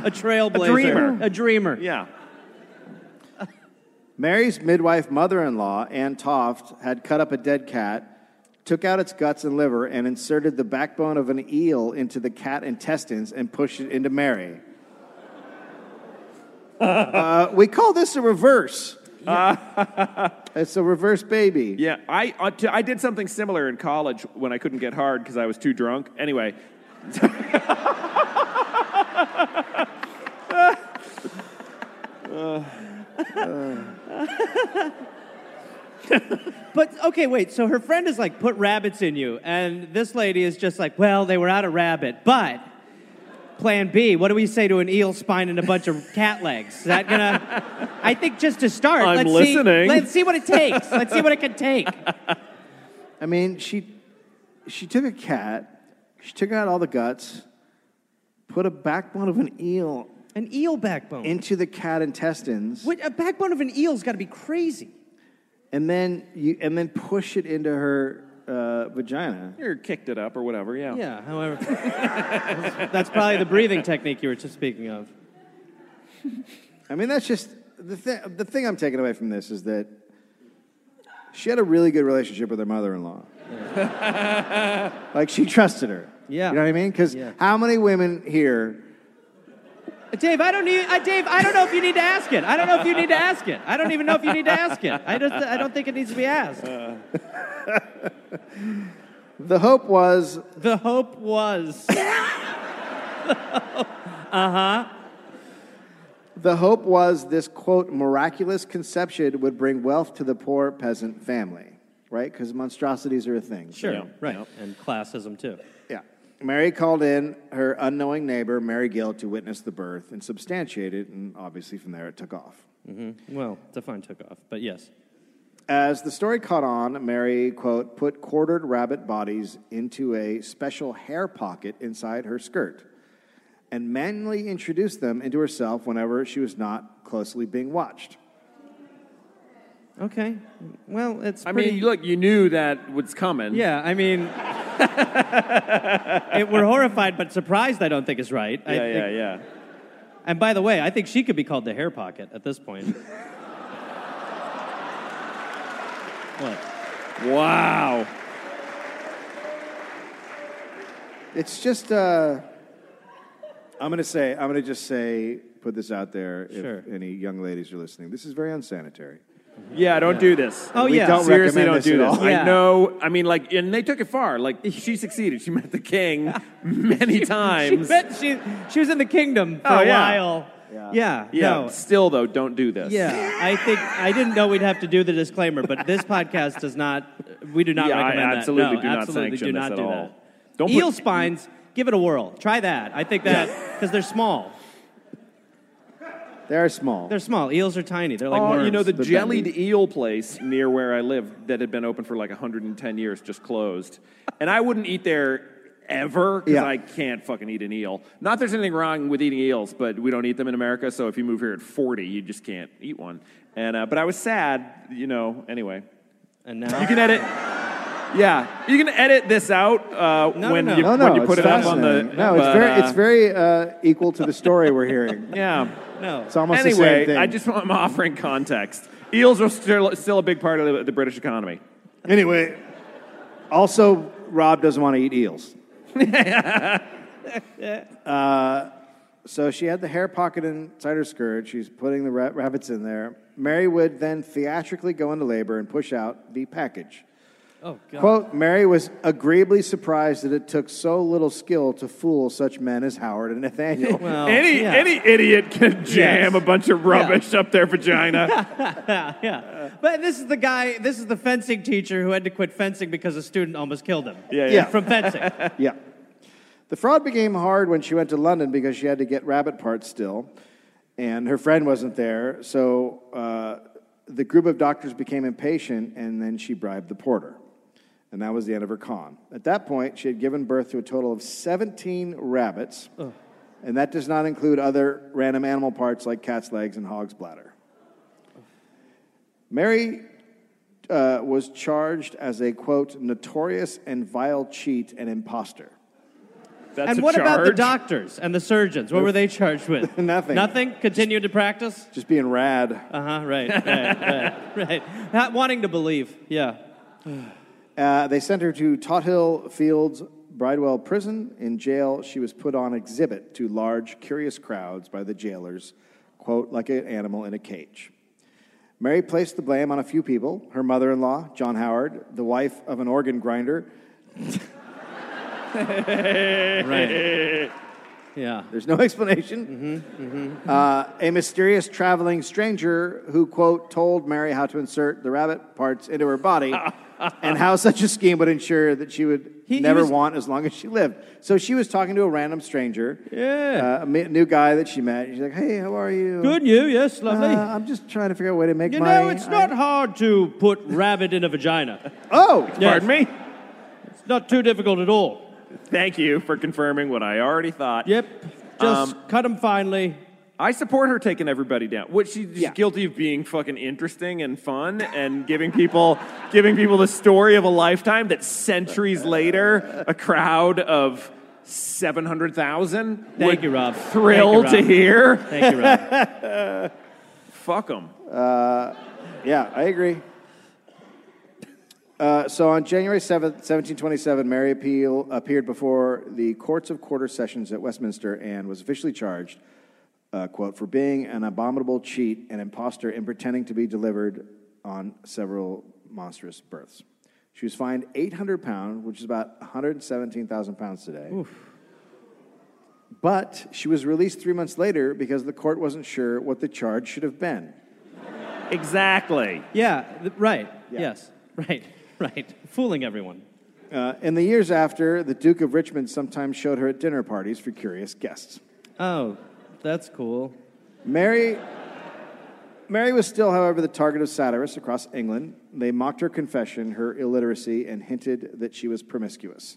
[SPEAKER 2] trailblazer,
[SPEAKER 3] dreamer.
[SPEAKER 2] a dreamer.
[SPEAKER 3] yeah.
[SPEAKER 1] Mary's midwife mother in law, Ann Toft, had cut up a dead cat, took out its guts and liver, and inserted the backbone of an eel into the cat intestines and pushed it into Mary. Uh, we call this a reverse. it's a reverse baby.
[SPEAKER 3] Yeah, I I t- I did something similar in college when I couldn't get hard because I was too drunk. Anyway.
[SPEAKER 2] But okay, wait. So her friend is like, put rabbits in you, and this lady is just like, well, they were out of rabbit, but. Plan B. What do we say to an eel spine and a bunch of cat legs? Is that gonna? I think just to start,
[SPEAKER 3] I'm
[SPEAKER 2] let's see.
[SPEAKER 3] listening.
[SPEAKER 2] Let's see what it takes. Let's see what it can take.
[SPEAKER 1] I mean, she she took a cat, she took out all the guts, put a backbone of an eel
[SPEAKER 2] An eel backbone.
[SPEAKER 1] into the cat intestines,
[SPEAKER 2] What, a backbone of an eel's got to be crazy.
[SPEAKER 1] and then you and then push it into her uh, vagina.
[SPEAKER 3] Or kicked it up or whatever, yeah.
[SPEAKER 2] Yeah, however. That's probably the breathing technique you were just speaking of.
[SPEAKER 1] I mean, that's just the thing. The thing I'm taking away from this is that she had a really good relationship with her mother-in-law. like she trusted her.
[SPEAKER 2] Yeah.
[SPEAKER 1] you know what I mean? Because
[SPEAKER 2] Yeah.
[SPEAKER 1] how many women here?
[SPEAKER 2] Dave, I don't need. Uh, Dave, I don't know if you need to ask it. I don't know if you need to ask it. I don't even know if you need to ask it. I don't. I don't think it needs to be asked.
[SPEAKER 1] The hope was
[SPEAKER 2] The hope was.
[SPEAKER 1] The hope was this, quote, miraculous conception would bring wealth to the poor peasant family, right? Because monstrosities are a thing.
[SPEAKER 2] Sure.
[SPEAKER 3] Yeah,
[SPEAKER 2] right.
[SPEAKER 3] yeah.
[SPEAKER 2] And classism too.
[SPEAKER 1] Yeah. Mary called in her unknowing neighbor, Mary Gill, to witness the birth and substantiate it, and obviously from there it took off.
[SPEAKER 2] Well, Define took off, but yes.
[SPEAKER 1] As the story caught on, Mary, quote, put quartered rabbit bodies into a special hair pocket inside her skirt and manually introduced them into herself whenever she was not closely being watched.
[SPEAKER 2] Okay. Well, it's.
[SPEAKER 3] I
[SPEAKER 2] pretty,
[SPEAKER 3] mean, look, you knew that was coming.
[SPEAKER 2] Yeah, I mean, it, we're horrified but surprised. I don't think is right. I
[SPEAKER 3] Yeah,
[SPEAKER 2] think-
[SPEAKER 3] yeah, yeah.
[SPEAKER 2] And by the way, I think she could be called the hair pocket at this point. what?
[SPEAKER 3] Wow.
[SPEAKER 1] It's just. Uh, I'm gonna say. I'm gonna just say. Put this out there. If
[SPEAKER 2] Sure.
[SPEAKER 1] any young ladies are listening, this is very unsanitary.
[SPEAKER 3] Yeah, don't do this.
[SPEAKER 2] Oh, We yeah. don't
[SPEAKER 3] seriously,
[SPEAKER 1] recommend
[SPEAKER 3] don't
[SPEAKER 1] this
[SPEAKER 3] do
[SPEAKER 1] at
[SPEAKER 3] this.
[SPEAKER 1] all.
[SPEAKER 2] Yeah.
[SPEAKER 3] I know. I mean, like, and they took it far. Like, she succeeded. She met the king many times.
[SPEAKER 2] She, bet she, she was in the kingdom for
[SPEAKER 3] Oh,
[SPEAKER 2] a
[SPEAKER 3] yeah.
[SPEAKER 2] while. Yeah. Yeah.
[SPEAKER 3] yeah.
[SPEAKER 2] No.
[SPEAKER 3] Still, though, don't do this.
[SPEAKER 2] Yeah. I think I didn't know we'd have to do the disclaimer, but this podcast does not. We do not
[SPEAKER 3] Yeah, I
[SPEAKER 2] recommend that.
[SPEAKER 3] absolutely
[SPEAKER 2] No,
[SPEAKER 3] do not
[SPEAKER 2] absolutely
[SPEAKER 3] sanction
[SPEAKER 2] do
[SPEAKER 3] this
[SPEAKER 2] not
[SPEAKER 3] at
[SPEAKER 2] do
[SPEAKER 3] all.
[SPEAKER 2] That.
[SPEAKER 3] Don't put-
[SPEAKER 2] Eel spines. Give it a whirl. Try that. I think that because they're small.
[SPEAKER 1] They're small.
[SPEAKER 2] They're small. Eels are tiny. They're like
[SPEAKER 3] oh,
[SPEAKER 2] worms.
[SPEAKER 3] you know the,
[SPEAKER 1] the
[SPEAKER 3] jellied
[SPEAKER 1] bendies.
[SPEAKER 3] eel place near where I live that had been open for like 110 years just closed, and I wouldn't eat there ever because
[SPEAKER 1] Yeah.
[SPEAKER 3] I can't fucking eat an eel. Not there's anything wrong with eating eels, but we don't eat them in America. So if you move here at 40, you just can't eat one. And uh, but I was sad, you know. Anyway,
[SPEAKER 2] and now
[SPEAKER 3] you can edit. Yeah, you can edit this out uh,
[SPEAKER 2] No,
[SPEAKER 3] when
[SPEAKER 2] no, no.
[SPEAKER 3] you
[SPEAKER 1] no,
[SPEAKER 3] when
[SPEAKER 1] no,
[SPEAKER 3] you put
[SPEAKER 1] it's
[SPEAKER 3] it up on the.
[SPEAKER 1] fascinating. no, it's
[SPEAKER 3] but,
[SPEAKER 1] very,
[SPEAKER 3] uh,
[SPEAKER 1] it's very uh, equal to the story we're hearing.
[SPEAKER 3] yeah.
[SPEAKER 2] no.
[SPEAKER 1] It's almost the
[SPEAKER 3] anyway,
[SPEAKER 1] same thing.
[SPEAKER 3] I just I'm offering context. Eels are still still a big part of the, the British economy.
[SPEAKER 1] anyway. Also, Rob doesn't want to eat eels. Uh, so she had the hair pocket inside her skirt. She's putting the ra- rabbits in there. Mary would then theatrically go into labor and push out the package.
[SPEAKER 2] Oh God.
[SPEAKER 1] Quote, Mary was agreeably surprised that it took so little skill to fool such men as Howard and Nathaniel.
[SPEAKER 2] Well,
[SPEAKER 3] any
[SPEAKER 2] Oh, yeah.
[SPEAKER 3] any idiot can jam
[SPEAKER 2] Yes.
[SPEAKER 3] a bunch of rubbish up their vagina.
[SPEAKER 2] yeah. But this is the guy, this is the fencing teacher who had to quit fencing because a student almost killed him.
[SPEAKER 3] Yeah, yeah.
[SPEAKER 1] Yeah.
[SPEAKER 2] From fencing.
[SPEAKER 1] yeah. The fraud became hard when she went to London because she had to get rabbit parts still, and her friend wasn't there. So uh, the group of doctors became impatient, and then she bribed the porter. And that was the end of her con. At that point, she had given birth to a total of 17 rabbits, and that does not include other random animal parts like cat's legs and hog's bladder. Mary uh, was charged as a quote notorious and vile cheat and imposter.
[SPEAKER 3] That's
[SPEAKER 2] and
[SPEAKER 3] a
[SPEAKER 2] what about the
[SPEAKER 3] charge?
[SPEAKER 2] doctors and the surgeons? What were they charged with?
[SPEAKER 1] Nothing.
[SPEAKER 2] Nothing? Continued to practice?
[SPEAKER 1] Just being rad.
[SPEAKER 2] Uh huh, right, right, right, right. Not wanting to believe, yeah.
[SPEAKER 1] Uh, they sent her to Tothill Fields Bridewell Prison. In jail, she was put on exhibit to large, curious crowds by the jailers, quote, like an animal in a cage. Mary placed the blame on a few people her mother in law, John Howard, the wife of an organ grinder.
[SPEAKER 2] Right. Yeah.
[SPEAKER 1] There's no explanation.
[SPEAKER 2] Mm-hmm,
[SPEAKER 1] Uh, a mysterious traveling stranger who, quote, told Mary how to insert the rabbit parts into her body and how such a scheme would ensure that she would
[SPEAKER 2] He- he
[SPEAKER 1] never
[SPEAKER 2] was-
[SPEAKER 1] want as long as she lived. So she was talking to a random stranger,
[SPEAKER 2] Yeah.
[SPEAKER 1] uh, a ma- new guy that she met. She's like, hey, how are you?
[SPEAKER 2] Good you, yes,
[SPEAKER 1] Uh,
[SPEAKER 2] lovely.
[SPEAKER 1] I'm just trying to figure out a way to make
[SPEAKER 2] you
[SPEAKER 1] money.
[SPEAKER 2] know, it's not
[SPEAKER 1] I-
[SPEAKER 2] hard to put rabbit in a vagina.
[SPEAKER 1] oh,
[SPEAKER 3] Pardon me?
[SPEAKER 2] It's not too difficult at all.
[SPEAKER 3] Thank you for confirming what I already thought.
[SPEAKER 2] Yep. Just
[SPEAKER 3] Um,
[SPEAKER 2] cut them finely.
[SPEAKER 3] I support her taking everybody down. What she- she's guilty of being fucking interesting and fun and giving people giving people the story of a lifetime that centuries later a crowd of 700,000
[SPEAKER 2] Thank
[SPEAKER 3] would
[SPEAKER 2] you, Rob.
[SPEAKER 3] Thrilled
[SPEAKER 2] Thank you, Rob.
[SPEAKER 3] to hear.
[SPEAKER 2] Thank you, Rob.
[SPEAKER 3] Fuck them.
[SPEAKER 1] Yeah, I agree. Uh, so on January 7th, 1727, Mary Appeal appeared before the Courts of Quarter Sessions at Westminster and was officially charged, uh, quote, for being an abominable cheat and imposter in pretending to be delivered on several monstrous births. She was fined 800 pounds, which is about 117,000 pounds today. But she was released three months later because the court wasn't sure what the charge should have been.
[SPEAKER 3] Exactly.
[SPEAKER 2] Yeah, th- right.
[SPEAKER 1] Yeah.
[SPEAKER 2] Yes. Right. Right. Fooling everyone.
[SPEAKER 1] Uh, in the years after, the Duke of Richmond sometimes showed her at dinner parties for curious guests.
[SPEAKER 2] Oh, that's cool.
[SPEAKER 1] Mary, Mary was still, however, the target of satirists across England. They mocked her confession, her illiteracy, and hinted that she was promiscuous.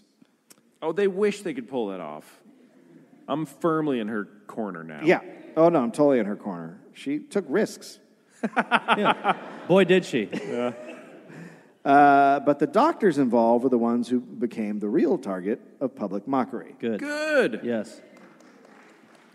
[SPEAKER 3] Oh, they wish they could pull that off. I'm firmly in her corner now.
[SPEAKER 1] Yeah. Oh no, I'm totally in her corner. She took risks.
[SPEAKER 2] Boy, did she.
[SPEAKER 1] Uh, but the doctors involved were the ones who became the real target of public mockery.
[SPEAKER 2] Good.
[SPEAKER 3] Good.
[SPEAKER 2] Yes.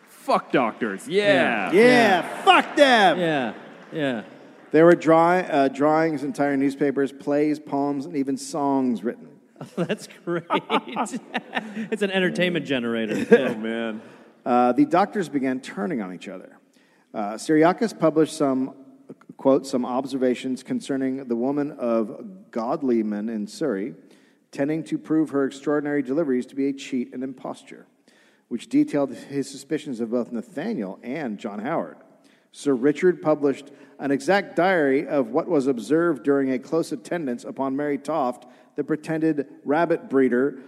[SPEAKER 3] Fuck doctors. Yeah.
[SPEAKER 1] Yeah, fuck them!
[SPEAKER 2] Yeah. Yeah.
[SPEAKER 1] There were dry, uh, drawings, entire newspapers, plays, poems, and even songs written.
[SPEAKER 2] That's great. it's an entertainment generator.
[SPEAKER 3] Oh man.
[SPEAKER 1] Uh, the doctors began turning on each other. Uh, Syriacus published some, quote, some observations concerning the woman of Godleyman in Surrey, tending to prove her extraordinary deliveries to be a cheat and imposture, which detailed his suspicions of both Nathaniel and John Howard. Sir Richard published an exact diary of what was observed during a close attendance upon Mary Toft, the pretended rabbit breeder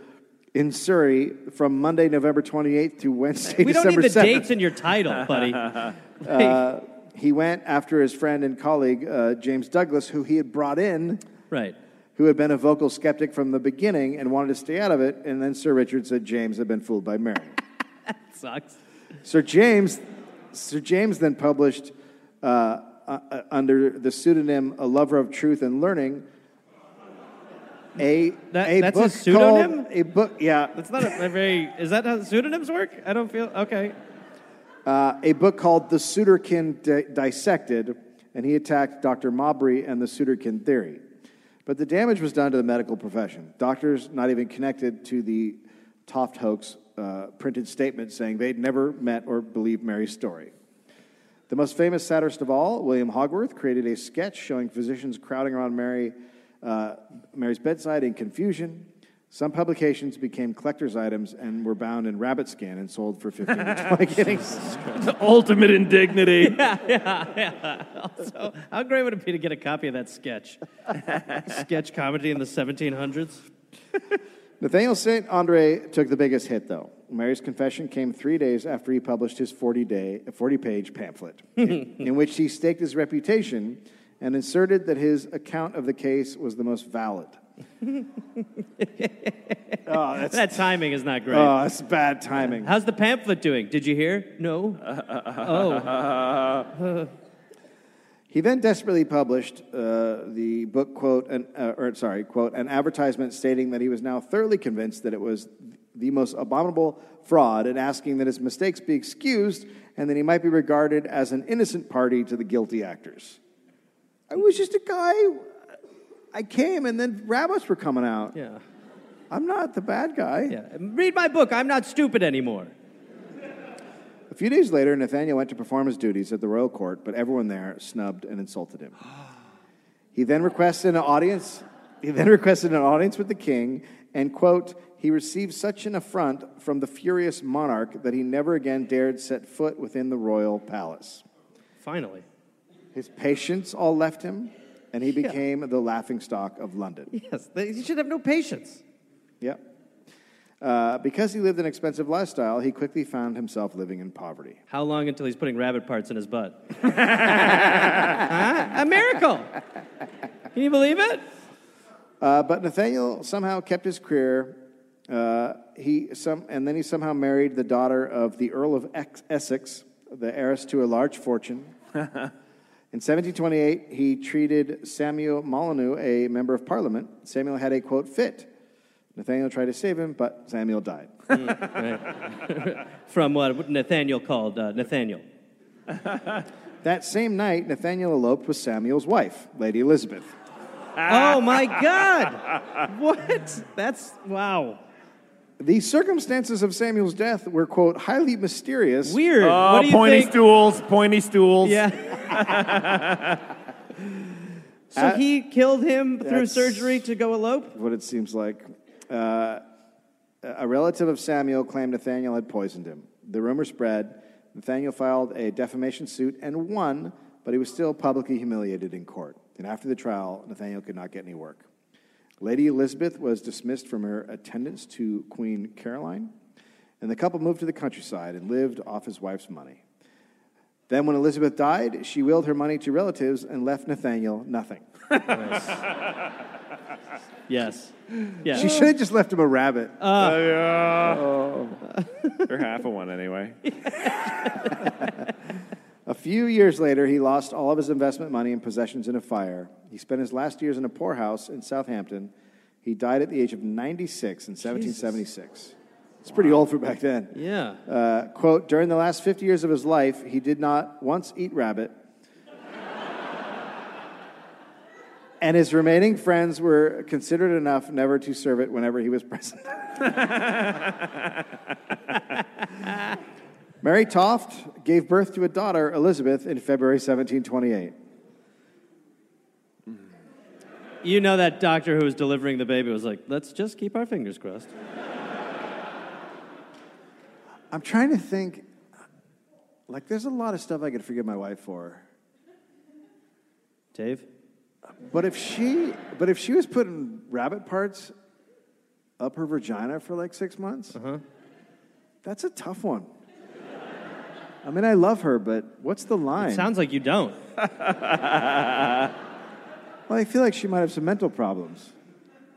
[SPEAKER 1] in Surrey from Monday, November 28th to Wednesday,
[SPEAKER 2] we don't
[SPEAKER 1] December
[SPEAKER 2] need the
[SPEAKER 1] 7th.
[SPEAKER 2] dates in your title, buddy.
[SPEAKER 1] He went after his friend and colleague, uh, James Douglas, who he had brought in,
[SPEAKER 2] right.
[SPEAKER 1] who had been a vocal skeptic from the beginning and wanted to stay out of it. And then Sir Richard said James had been fooled by Mary.
[SPEAKER 2] Sucks.
[SPEAKER 1] Sir James, Sir James then published uh, uh, uh, under the pseudonym "A Lover of Truth and Learning." A,
[SPEAKER 2] That-
[SPEAKER 1] a
[SPEAKER 2] that's
[SPEAKER 1] book
[SPEAKER 2] his pseudonym?
[SPEAKER 1] called- a book, yeah,
[SPEAKER 2] That's not a, a very. Is that how pseudonyms work? I don't feel okay.
[SPEAKER 1] uh, a book called "The Suderkin Di- Dissected," and he attacked Dr. Mabry and the Suderkin theory. But the damage was done to the medical profession. Doctors, not even connected to the Toft hoax, uh, printed statements saying they'd never met or believed Mary's story. The most famous satirist of all, William Hogworth, created a sketch showing physicians crowding around Mary, uh, Mary's bedside in confusion. Some publications became collector's items and were bound in rabbit skin and sold for 15 to 20 guineas.
[SPEAKER 3] The ultimate indignity.
[SPEAKER 2] Also, how great would it be to get a copy of that sketch? sketch comedy in the 1700s.
[SPEAKER 1] Nathaniel St. Andre took the biggest hit, though. Mary's confession came three days after he published his 40 day, 40 page pamphlet, in, in which he staked his reputation and inserted that his account of the case was the most valid. oh, that's,
[SPEAKER 2] That timing is not great.
[SPEAKER 1] oh, that's bad timing.
[SPEAKER 2] How's the pamphlet doing? Did you hear? No. oh,
[SPEAKER 1] He then desperately published uh, the book quote, an, uh, or sorry, quote, an advertisement stating that he was now thoroughly convinced that it was the most abominable fraud and asking that his mistakes be excused and that he might be regarded as an innocent party to the guilty actors. I was just a guy. I came and then rabbits were coming out.
[SPEAKER 2] yeah.
[SPEAKER 1] I'm not the bad guy.
[SPEAKER 2] Yeah. Read my book. I'm not stupid anymore.
[SPEAKER 1] A few days later, Nathaniel went to perform his duties at the royal court, but everyone there snubbed and insulted him. He then requested an audience. He then requested an audience with the king, and quote, he received such an affront from the furious monarch that he never again dared set foot within the royal palace.
[SPEAKER 2] Finally.
[SPEAKER 1] His patience all left him, and he became the laughingstock of London.
[SPEAKER 2] Yes. They, you should have no patience.
[SPEAKER 1] Yep. Uh, because he lived an expensive lifestyle, he quickly found himself living in poverty.
[SPEAKER 2] How long until he's putting rabbit parts in his butt? Huh? A miracle. Can you believe it?
[SPEAKER 1] Uh, but Nathaniel somehow kept his career. Uh, he some, and then he somehow married the daughter of the Earl of Ex- Essex, the heiress to a large fortune. In 1728, he treated Samuel Molyneux, a member of Parliament. Samuel had a quote fit. Nathaniel tried to save him, but Samuel died.
[SPEAKER 2] From what Nathaniel called uh, Nathaniel.
[SPEAKER 1] that same night, Nathaniel eloped with Samuel's wife, Lady Elizabeth.
[SPEAKER 2] Oh my God! What? That's wow.
[SPEAKER 1] The circumstances of Samuel's death were quote highly mysterious.
[SPEAKER 2] Weird.
[SPEAKER 3] Oh,
[SPEAKER 2] what do you
[SPEAKER 3] pointy
[SPEAKER 2] think?
[SPEAKER 3] stools, pointy stools.
[SPEAKER 2] Yeah. so he killed him through
[SPEAKER 1] That's-
[SPEAKER 2] surgery to go elope.
[SPEAKER 1] what it seems like. Uh, a relative of Samuel claimed Nathaniel had poisoned him. The rumor spread. Nathaniel filed a defamation suit and won, but he was still publicly humiliated in court. And after the trial, Nathaniel could not get any work. Lady Elizabeth was dismissed from her attendance to Queen Caroline, and the couple moved to the countryside and lived off his wife's money. Then, when Elizabeth died, she willed her money to relatives and left Nathaniel nothing.
[SPEAKER 2] Yes. Yeah.
[SPEAKER 1] She should have just left him a rabbit.
[SPEAKER 3] Or half of one anyway.
[SPEAKER 1] A few years later, he lost all of his investment money and possessions in a fire. He spent his last years in a poorhouse in Southampton. He died at the age of 96 in 1776. It's pretty old for back then.
[SPEAKER 2] yeah.
[SPEAKER 1] Uh, quote, during the last 50 years of his life, he did not once eat rabbit. and his remaining friends were considerate enough never to serve it whenever he was present. Mary Toft gave birth to a daughter, Elizabeth, in February 1728.
[SPEAKER 2] You know that doctor who was delivering the baby was like, let's just keep our fingers crossed.
[SPEAKER 1] I'm trying to think, like, there's a lot of stuff I could forgive my wife for.
[SPEAKER 2] Dave.
[SPEAKER 1] But if she, but if she was putting rabbit parts up her vagina for like six months,
[SPEAKER 2] Uh-huh.
[SPEAKER 1] that's a tough one. I mean, I love her, but what's the line?
[SPEAKER 2] It sounds like you don't.
[SPEAKER 1] well, I feel like she might have some mental problems.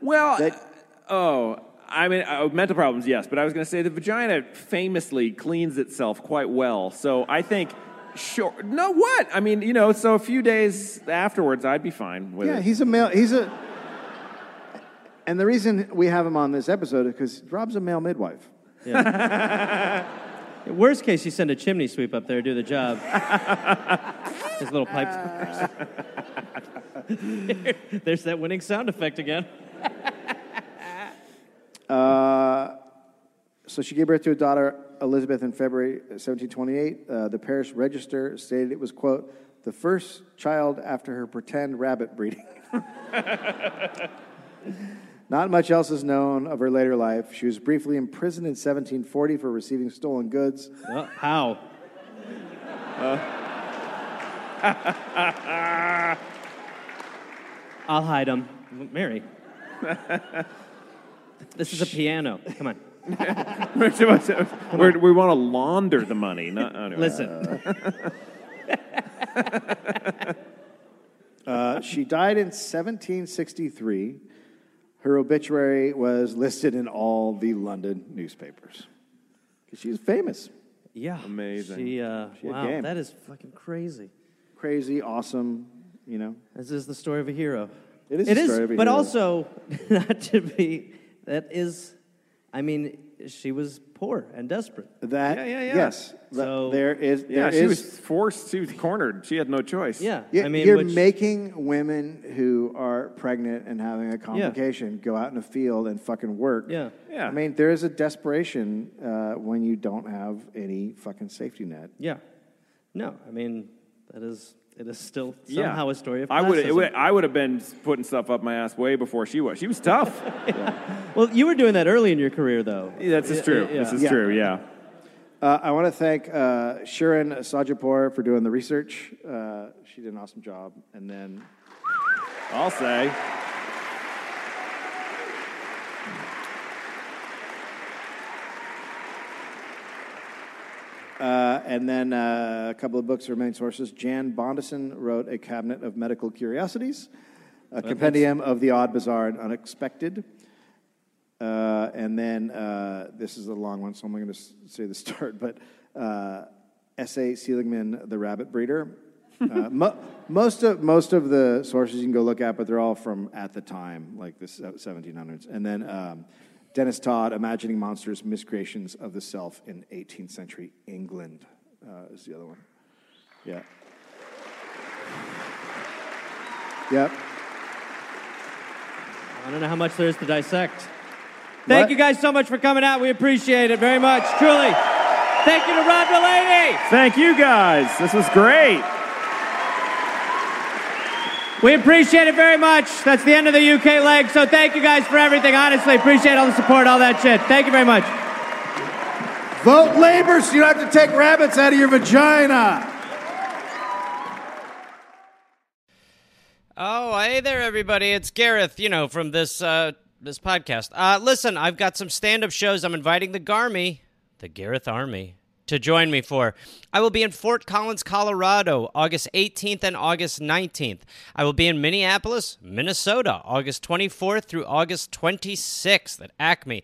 [SPEAKER 3] Well,
[SPEAKER 1] That-
[SPEAKER 3] oh, I mean, uh, mental problems, yes, but I was going to say the vagina famously cleans itself quite well. So I think, sure, no, what? I mean, you know, so a few days afterwards, I'd be fine with
[SPEAKER 1] Yeah,
[SPEAKER 3] it.
[SPEAKER 1] he's a male. He's a. And the reason we have him on this episode is because Rob's a male midwife.
[SPEAKER 2] Worst case, you send a chimney sweep up there, do the job. His little pipes. There's that winning sound effect again.
[SPEAKER 1] Uh, So she gave birth to a daughter, Elizabeth, in February 1728. Uh, the parish register stated it was, quote, the first child after her pretend rabbit breeding. Not much else is known of her later life. She was briefly imprisoned in 1740 for receiving stolen goods.
[SPEAKER 2] Oh, how? I'll hide him. Mary.
[SPEAKER 7] This is a piano. Come on.
[SPEAKER 3] We're supposed to- we're- we want to launder the money. Not, anyway.
[SPEAKER 7] Listen.
[SPEAKER 1] Uh, she died in 1763. Her obituary was listed in all the London newspapers. 'Cause She's famous.
[SPEAKER 7] Yeah.
[SPEAKER 3] Amazing.
[SPEAKER 7] She, uh,
[SPEAKER 1] She had
[SPEAKER 7] wow,
[SPEAKER 1] game.
[SPEAKER 7] that is fucking crazy.
[SPEAKER 1] Crazy, awesome, you know.
[SPEAKER 7] This is the story of a hero.
[SPEAKER 1] It is the story of a
[SPEAKER 7] but
[SPEAKER 1] hero.
[SPEAKER 7] also not to be. That is, I mean, she was poor and desperate.
[SPEAKER 1] That,
[SPEAKER 3] Yeah, yeah, yeah.
[SPEAKER 1] yes. that-
[SPEAKER 7] So-
[SPEAKER 1] there is,
[SPEAKER 3] Yeah,
[SPEAKER 1] there
[SPEAKER 3] she
[SPEAKER 1] is-
[SPEAKER 3] was forced. She was cornered. She had no choice.
[SPEAKER 7] Yeah,
[SPEAKER 1] You-
[SPEAKER 7] I mean,
[SPEAKER 1] you're
[SPEAKER 7] which,
[SPEAKER 1] making women who are pregnant and having a complication go out in a field and fucking work.
[SPEAKER 7] Yeah.
[SPEAKER 3] Yeah.
[SPEAKER 1] I mean, there is a desperation uh, when you don't have any fucking safety net.
[SPEAKER 7] yeah, no, I mean that is it is still
[SPEAKER 3] Yeah.
[SPEAKER 7] somehow a story of.
[SPEAKER 3] I would, it
[SPEAKER 7] classism.
[SPEAKER 3] would. I would have been putting stuff up my ass way before she was. She was tough.
[SPEAKER 7] Well, you were doing that early in your career, though.
[SPEAKER 3] That's is true.
[SPEAKER 7] yeah.
[SPEAKER 3] This is
[SPEAKER 1] Yeah.
[SPEAKER 3] true. Yeah.
[SPEAKER 1] Uh, I want to thank uh, Shirin Sajapur for doing the research. Uh, she did an awesome job. And then
[SPEAKER 3] I'll say.
[SPEAKER 1] Uh, and then uh, a couple of books from main sources. Jan Bondison wrote A Cabinet of Medical Curiosities, a compendium of the odd, bizarre, and unexpected. Uh, and then uh, this is a long one, so I'm going to say the start, but uh, S.A. Seligman, The Rabbit Breeder. uh, mo- most of most of the sources you can go look at, but they're all from at the time, like the se- 1700s. And then um, Dennis Todd, Imagining Monsters, Miscreations of the Self in 18th Century England, uh, is the other one. Yeah. Yep.
[SPEAKER 7] I don't know how much there is to dissect. Thank
[SPEAKER 1] What?
[SPEAKER 7] you guys so much for coming out. We appreciate it very much, truly. Thank you to Rod Delaney.
[SPEAKER 3] Thank you guys. This was great.
[SPEAKER 7] We appreciate it very much. That's the end of the UK leg. So thank you guys for everything. Honestly, appreciate all the support, all that shit. Thank you very much.
[SPEAKER 1] Vote Labor so you don't have to take rabbits out of your vagina.
[SPEAKER 2] Oh, hey there, everybody. It's Gareth, you know, from this uh, this podcast. Uh, listen, I've got some stand up shows I'm inviting the Garmy, the Gareth Army, to join me for. I will be in Fort Collins, Colorado, August 18th and August 19th. I will be in Minneapolis, Minnesota, August 24th through August 26th at Acme.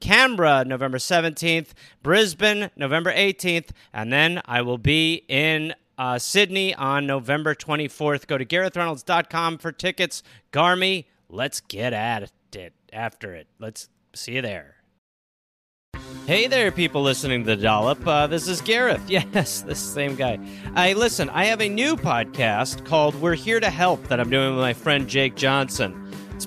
[SPEAKER 2] Canberra November 17th, Brisbane November 18th, and then I will be in uh, Sydney on November 24th. Go to GarethReynolds.com for tickets. Garmy, let's get at it after it. Let's see you there. Hey there, people listening to the Dollop. Uh, this is Gareth. Yes, this same guy. I listen. I have a new podcast called "We're Here to Help" that I'm doing with my friend Jake Johnson. It's